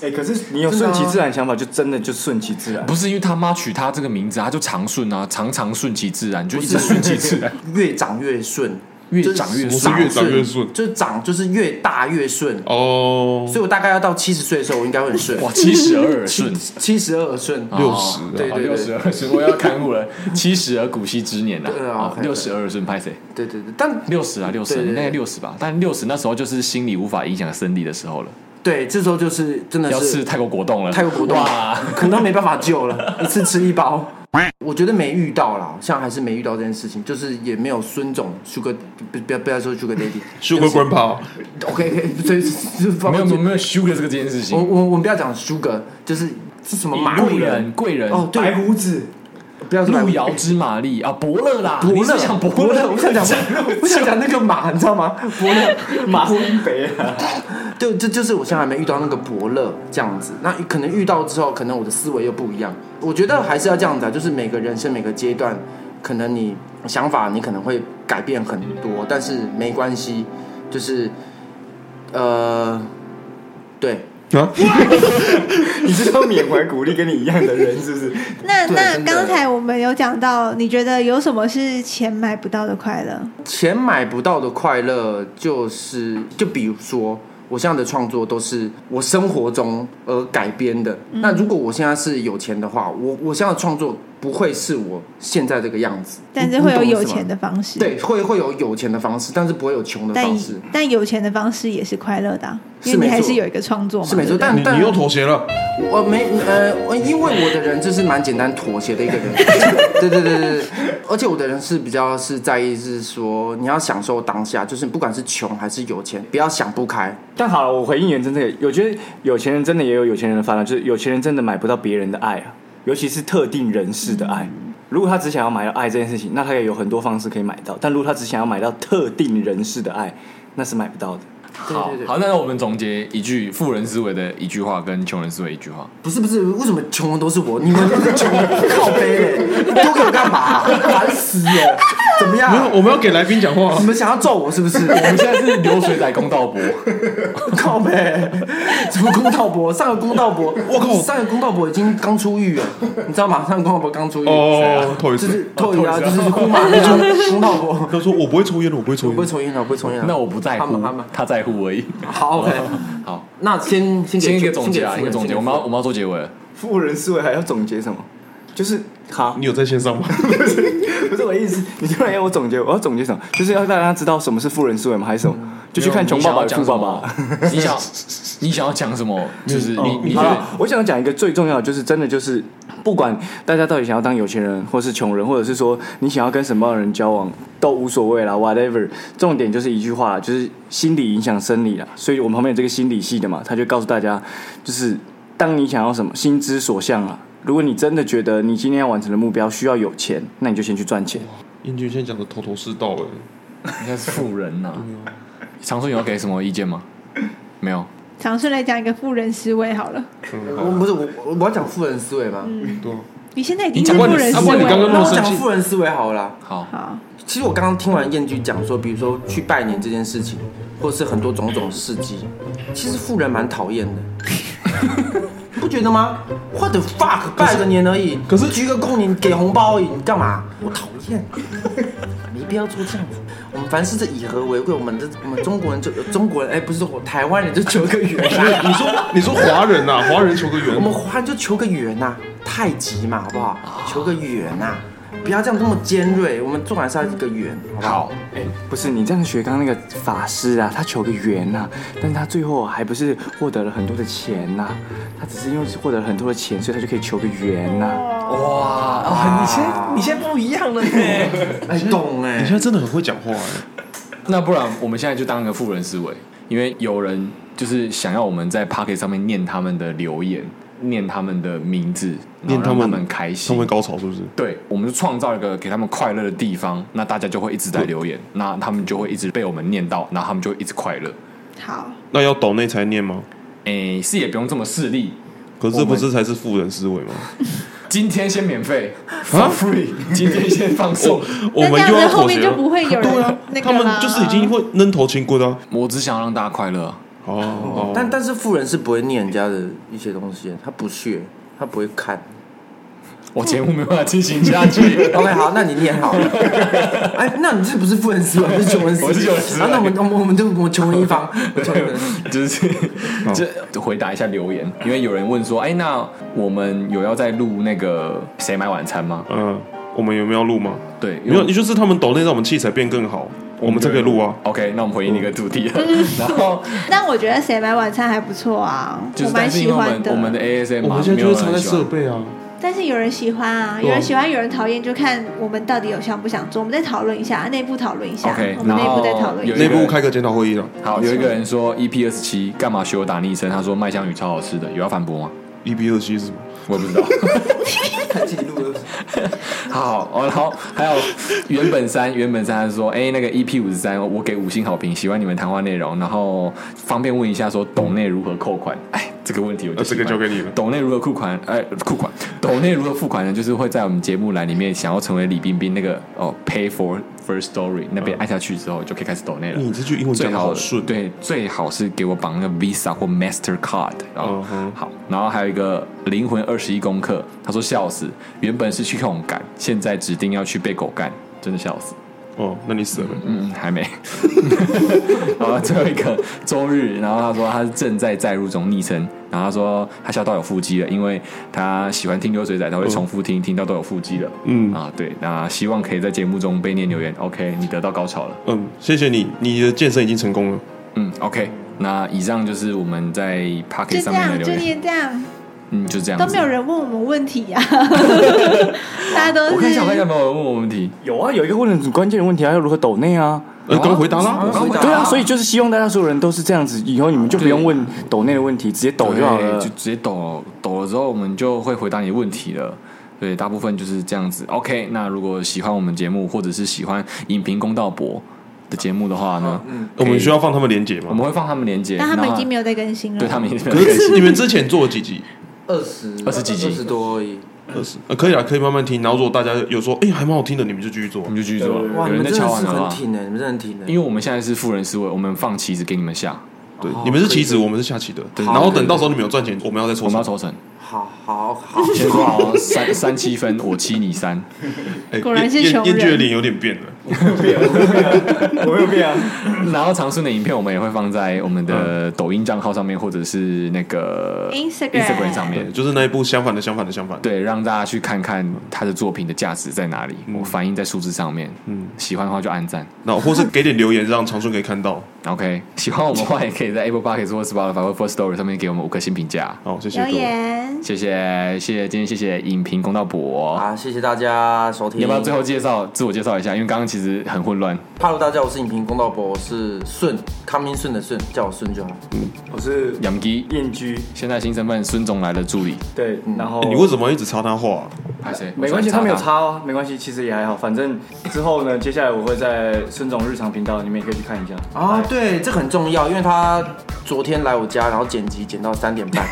B: 哎、可是你有顺其自然想法，就真的就顺其自
C: <laughs>
B: 然。
C: 不是因为他妈取他这个名字，他就长顺啊，常常顺其自然，就一直顺其
E: <laughs>
C: 自然。
E: 越长越顺，
C: 越
E: 就是
C: 长越
F: 顺不是越长越顺
E: 就是长就是越大越顺。
F: 哦，
E: 所以我大概要到七十岁的时候，我应该会很顺，
C: 哇，七十而耳顺，
E: 七十二而顺。
F: 六十啊
C: 哦，
E: 对对对
C: 六十而顺，我要看护了，七十而古稀之年呐
E: 对啊，
C: 哦
E: 对
C: 六十而顺拍谁？
E: 对对对，但
C: 六十啊，六十，
E: 对对
C: 那个
E: 对
C: 六十吧，但六十那时候就是心理无法影响生理的时候了，
E: 对，这时候就是真的
C: 要
E: 是
C: 吃泰国果冻了，
E: 泰国果冻
C: 哇，
E: 可能都没办法救了，一次吃一包。我觉得没遇到啦，像还是没遇到这件事情，就是也没有孙总 Sugar，不不要不要说 Sugar Daddy，OK
F: 修 r 官炮，
E: OK，所 <laughs> 以就
C: 没有没有没有 sugar 这个这件事
E: 我
C: 情，
E: 我我们不要讲 Sugar，就是是什么马
C: 贵
E: 路
C: 人
E: 人
C: 贵人
E: 哦，对，
B: 胡子，
E: 不要说白
C: 路
E: 胡
C: 遥知马力啊，伯乐啦，
E: 伯
C: 你是
E: 乐，
C: 想伯
E: 伯
C: 乐，
E: 乐，我想讲我想讲那个马，你知道吗？伯乐，
B: 马虎一杯啊！
E: 对，这 <laughs> 就是我现在还没遇到那个伯乐这样子。那可能遇到之后，可能我的思维又不一样。我觉得还是要这样子啊，就是每个人生每个阶段，可能你想法你可能会改变很多，但是没关系，就是呃，对， <laughs>
B: 你是要缅怀 <laughs> 鼓励跟你一样的人，是不是？
A: 那
E: 对
A: 那
E: 真的
A: 刚才我们有讲到，你觉得有什么是钱买不到的快乐？
E: 钱买不到的快乐，就是就比如说。我现在的创作都是我生活中而改编的。
A: 嗯
E: 那如果我现在是有钱的话，我我现在的创作不会是我现在这个样子，
A: 但是
E: 你
A: 会有
E: 你懂我
A: 有
E: 意思吗
A: 钱的方式，
E: 对，会会有有钱的方式，但是不会有穷的
A: 但
E: 方式，
A: 但有钱的方式也是快乐的啊、因
E: 是
A: 为
E: 没
A: 你还
E: 错
A: 是有一个创作嘛，
E: 是没错。
A: 对不对
E: 但
F: 你
E: 但
F: 你又妥协了，
E: 我没呃，我因为我的人就是蛮简单妥协的一个人， <laughs> 对对对对对，而且我的人是比较是在意是说你要享受当下，就是不管是穷还是有钱，不要想不开。
B: 但好了，我回应元真这个，我觉得有钱人真的也有有钱人的烦恼，就是有钱人真的买不到别人的爱啊，尤其是特定人士的爱。如果他只想要买到爱这件事情，那他也有很多方式可以买到。但如果他只想要买到特定人士的爱，那是买不到的。
C: 好好，那我们总结一句富人思维的一句话跟穷人思维一句话。
E: 不是不是，为什么穷人都是我？你 <laughs> 们都是穷人，靠背嘞，丢给我干嘛、烦死了！怎么样
F: 没？有，我们要给来宾讲话啊
E: 你。们想要揍我是不是？
C: 我们现在是流水仔公道博，
E: 靠背，什么公道伯？上个公道伯，我靠，上个公道伯已经刚出狱了，你知道吗？上个公道伯刚出狱，啊
F: 哦，头一
E: 就
F: 次
E: 是。透雨啊，就是呼嘛那个公道
F: <laughs>
E: 伯，
F: 他说我不会抽烟的，我不会抽
E: 不会
F: 烟。
E: <laughs> 抽烟了，不会抽烟了。
C: 那我不在
E: 他
C: 乎
E: 们他们，
C: 他在乎而已。
E: 好 OK，
C: 好，
E: 那先先
C: 先
E: 给
C: 一个总结啊，
E: 先
C: 一
E: 给
C: 个总结，我们要我们要做结尾了。
B: 富人思维还要总结什么？就是 <laughs> 好，
F: 你有在线上吗？
B: 不是我意思，你突然要我总结，我要总结什么？就是要大家知道什么是富人思维吗？还是什么？就去看《穷爸爸
C: 你
B: 与
C: 想要讲
B: 富爸
C: 什
B: 爸》
C: 么。你想你想要讲什么？就是你你觉
B: 好
C: 得
B: 了，我想讲一个最重要的，就是真的就是，不管大家到底想要当有钱人，或是穷人，或者是说你想要跟什么样的人交往，都无所谓啦，whatever。重点就是一句话，就是心理影响生理啦。所以我们旁边有这个心理系的嘛，他就告诉大家，就是当你想要什么，心之所向啊。如果你真的觉得你今天要完成的目标需要有钱，那你就先去赚钱。
F: <laughs> 英俊现在讲的头头是道哎，
C: 应该是富人呐、
F: 嗯
C: 常顺有要给什么意见吗？没有。
A: 尝试来讲一个富人思维好了。
F: 嗯，好，
E: 我不是我我我要讲富人思维吗？
F: 对啊，
A: 你现在已
C: 你
A: 经是
C: 讲过
A: 富
C: 你
A: 人
F: 啊
A: 思
F: 不
A: 维
F: 然你刚刚
A: 了。
F: 那
E: 那我
F: 么生
E: 讲
F: 气
E: 富人思维好了啦。
C: 好，
A: 好，
E: 其实我刚刚听完燕居讲说，比如说去拜年这件事情，或是很多种种事迹，其实富人蛮讨厌的， <laughs> 不觉得吗？What the fuck，拜个年而已，可是鞠个躬，你给红包而已，你干嘛？我讨厌，没必要做这样子。我们凡事是以和为贵，我们这我们中国人就中国人，哎，不是我台湾人就求个 <laughs> 圆啊、
F: 你说你说华人呐， <laughs> 华人求个
E: 我
F: 缘
E: 们，华人就求个圆呐、太极嘛，好不好？求个圆呐、不要这样这么尖锐，我们做完是要一个圆，哦好不好？
C: 好，
B: 不是你这样学刚刚那个法师啊，他求个缘呐、但是他最后还不是获得了很多的钱呐、他只是因为获得了很多的钱，所以他就可以求个缘呐、
C: 哇，啊，你现在你现在不一样了呢。
E: 哎，懂哎、
F: 你现在真的很会讲话哎。
C: 那不然我们现在就当一个富人思维，因为有人就是想要我们在 p o c k e t 上面念他们的留言，念他们的名字，然
F: 念
C: 后
F: 他
C: 让他
F: 们
C: 们开
F: 他
C: 心
F: 们。高潮是不是？
C: 对，我们就创造一个给他们快乐的地方，那大家就会一直在留言，那他们就会一直被我们念到，然后他们就会一直快乐。
A: 好，
F: 那要岛内才念吗？
C: 诶，是也不用这么势利，
F: 可是这不是才是富人思维吗？
C: 今天先免费，for
F: 啊
C: free，今天先放送。
F: 我们
A: 那这
F: 又
A: 样
F: 要
A: 子后
F: 妥
A: 面
F: 协
A: 就
F: 了。
A: 不会有
F: 对
A: 人
F: 啊
A: 那，个
F: 他
A: 啦
F: 们就是已经会扔头轻棍啊。
C: 我只想让大家快乐。啊
A: <laughs>
F: 哦，
E: 但但是富人是不会念人家的一些东西，他不屑，他不会
C: <laughs>
E: 看。。
C: 我节目没办法进行下去
E: OK，
F: <laughs>
E: 好，那你念好
C: <laughs>
E: 了。哎，那你这不是富人思维，是穷人思维。
C: 我是穷人思维
E: 啊那我们我们我们就我们穷人
C: <laughs>
E: 一方，穷人
C: 就是
F: 哦
C: 就回答一下留言，因为有人问说，哎，那我们有要再录那个谁买晚餐吗？
F: 嗯，我们有没有录吗？
C: 对，因
F: 没
C: 为
F: 有，就是他们岛内让我们器材变更好，我们才可以录啊。
C: OK，那我们回应你一个主题了。
F: <laughs>
C: 然后
A: 但我觉得谁买晚餐还不错啊，
C: 就是，
A: 蛮
C: 但是因
A: 喜
C: 为我
A: 欢
C: 们
A: 的。
C: 我们的 ASM
F: 我
C: 嘛
F: 们，现在
C: 没
F: 就
C: 有
F: 是
C: 人
F: 藏在
C: 喜欢
F: 设备啊。
A: 但是有人喜欢啊，有人喜欢，有人讨厌，就看我们到底有想不想做。我们再讨论一下，内部讨论一下
C: OK，
A: 我们内部再讨论一
C: 然后有一
A: 下
F: 内
C: 个。
F: 部开个检讨会议了
C: 好，有一个人说 EP 二十七干嘛学我打昵称？他说麦香鱼超好吃的，有要反驳吗？
F: ，EP ，E 二七是什么？
C: 我也不知道。
E: 看自己
C: <laughs>
E: 录的。
C: 好，哦，然后还有原本三，原本三他说，哎、那个 EP 五十三，我给五星好评，喜欢你们谈话内容，然后方便问一下说，抖内如何扣款？哎，这个问题我就
F: 那
C: 喜
F: 哦这
C: 欢、
F: 个交给你了。
C: 抖内如何扣款？哎、扣款，抖内如何付款呢？就是会在我们节目栏里面，想要成为李冰冰那个哦，Pay for First Story 那
F: 嗯
C: 边按下去之后，就可以开始抖内了。
F: 你这句英文
C: 最
F: 讲的
C: 好
F: 好顺，，
C: 对，最好是给我绑那个 Visa 或 Mastercard，然后、
F: 嗯哼
C: 好，然后还有一个灵魂二十一功课，他说笑死，原本是去看我干，现在指定要去被狗干，真的笑死。
F: 哦，那你死了。
C: 嗯，还没。 <laughs> 然后最后一个周日，然后他说他是正在载入中昵称，然后他说他笑到有腹肌了，因为他喜欢听流水仔，他会重复听，听到都有腹肌了。
F: 嗯
C: 啊，对，那希望可以在节目中被念留言。OK，你得到高潮了。
F: 嗯，谢谢你，你的健身已经成功了。
C: 嗯，OK，那以上就是我们在 p o c k
A: 就
C: e
A: 这
C: t 上面的
A: 样，
C: 留
A: 就
C: 言，
A: 念这样，
C: 嗯，就这样子，
A: 都没有人问我们问题
C: <laughs>
A: 呀、大家都
C: 我看
A: 是
C: 一下，我看一下有没有人问我问题。
B: 有啊，有一个问的很关键的问题啊，要如何抖内啊？
F: 呃，刚回答啦。
C: 刚回答
B: 对啊，所以就是希望大家所有人都是这样子，以后你们就不用问抖内的问题，直接抖就好了
C: 对就。直接抖抖了之后，我们就会回答你的问题了。对，大部分就是这样子。OK，那如果喜欢我们节目，或者是喜欢影评公道博的节目的话呢，
F: 我
C: 可
F: 们
C: 以
F: 需要放他们连结
C: 我
F: 吗？
C: 们会放他们连接，
A: 嗯但他们
C: 然后
A: 已经没有在更新了。
C: 对他们已经
F: 可是你们之前做了几集？
E: 二十
C: 二十几集
E: 二十多而已。
F: 二十，呃可以啊，可以慢慢听。然后如果大家有说，哎，还蛮好听的，你们就继续做
C: 我。们就继续做了。
E: 哇，
C: 有
E: 你
C: 人
E: 们
C: 在
E: 真的
C: 敲碗
E: 是
C: 了
E: 很
C: 吗？
E: 挺的，欸你们真的很挺的。
C: 因为我们现在是富人思维，我们放棋子给你们下，
F: 对，你们是棋子，我们是下棋的。然后等到时候你们有赚钱，我们要再抽
C: 我们要
F: 成。
C: 抽成，
E: 好好
C: <laughs>
E: 好，
C: 先说好哦三三七分，我七你三。
F: 哎
A: 果然
F: 厌
A: 是
F: 厌
A: 穷
F: 厌倦的
A: 人
F: 脸有点变了。
B: 我没有变啊。
C: <coughs> 然后长顺的影片我们也会放在我们的抖音账号上面，或者是那个
A: Instagram
C: Instagram 上
F: 对
C: 面，
F: 就是那一部相反的，相反的，相
C: <laughs>
F: 反的。
C: 对，让大家去看看他的作品的价值在哪里，
B: 嗯
C: 我反映在数字上面。嗯，喜欢的话就按赞。
F: 然后或是给点留言，让长顺可以看到。
C: OK，喜欢我们的话也可以在 Apple Podcast 或 Spotify 或 First Story 上面给我们五颗星评价。
F: 好，谢谢
A: 留
F: 各位。
A: 言，
C: 谢谢，谢谢，今天谢谢影评公道博。
B: 啊
E: 好，谢谢大家收听。
C: 你要不要最后介绍自我介绍一下？因为刚刚其实很混乱。
E: 哈喽，大家，我是影评公道博，我是顺康明顺的顺，叫我顺就好。
B: 我是
C: 杨基
B: 燕居，
C: 现在新身份孙总来的助理，
B: 对，然后
F: 哎你为什么一直插他话啊？
C: 拍谁？
B: 没关系，
C: 我喜欢
B: 他没有
C: 他
B: 差哦，没关系，其实也还好。反正之后呢，接下来我会在孙总日常频道里面可以去看一下。
A: 哦
E: 啊，对，这很重要，因为他昨天来我家，然后剪辑剪到三点
C: <laughs>
E: 半，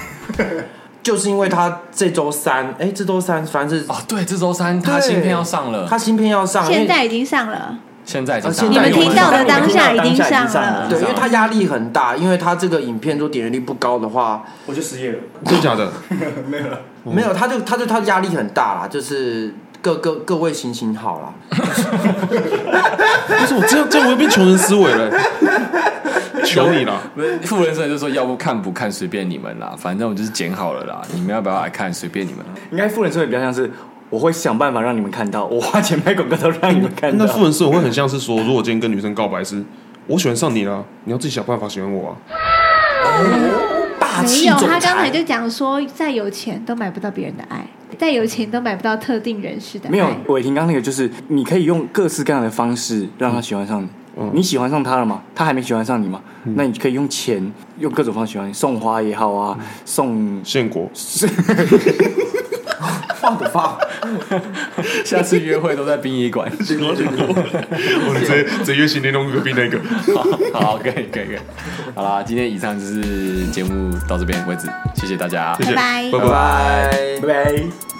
E: 就是因为他这周三，哎，这周三反正是
C: 哦，对，这周三他
E: 对
C: 新片要上了，
E: 他新片要上，
A: 现
E: 因为
A: 在已经上了，
C: 现在已经
E: 啊
C: 上了。
A: 你
E: 现在
B: 哎
A: 们
E: 有
A: 听到的
E: 我们
A: 当下已经上
B: 当下已经上了
A: 了。
E: 对，因为他压力很大，因为他这个影片如果点阅率不高的话，
B: 我就失业了，
F: 真假的？
B: 没有了。
C: 嗯
E: 没有，他就他就他压力很大啦，就是各各各位行行好啦。
F: 为什么这样这样我又
C: <laughs>
F: 变穷人思维 <laughs> 了？求你了！
C: 不是富人生就说要不看不看随便你们啦，反正我就是剪好了啦，你们要不要来看随便
F: <laughs>
C: 你们。
B: 应该富人社会比较像是，我会想办法让你们看到，我花钱买广告都让你们看到
F: 那。富人社会很像是说，如果今天跟女生告白是，我喜欢上你了，你要自己想办法喜欢我啊。
B: 啊
E: 霸
A: 没
E: 气
A: 有，
E: 总
A: 他刚才
E: 裁，
A: 就讲说，再有钱都买不到别人的爱，再有钱都买不到特定人士的爱。
B: 没有，伟霆刚那个就是，你可以用各式各样的方式让他喜欢上你。
F: 嗯
B: 你喜欢上他了吗？他还没喜欢上你吗？那你可以用钱，用各种方式喜欢你，送花也好啊，
F: 嗯
B: 送
F: 建国，
E: 放不放？
C: 下次约会都在殡仪馆。 <laughs>
F: 我直接直接月薪联动隔壁那个。
C: 好，可以，可以，可以。好啦，今天以上就是节目到这边为止，谢谢大家，
A: 拜拜。
F: 拜
A: 拜
F: 拜。
E: 拜拜。
B: 拜拜。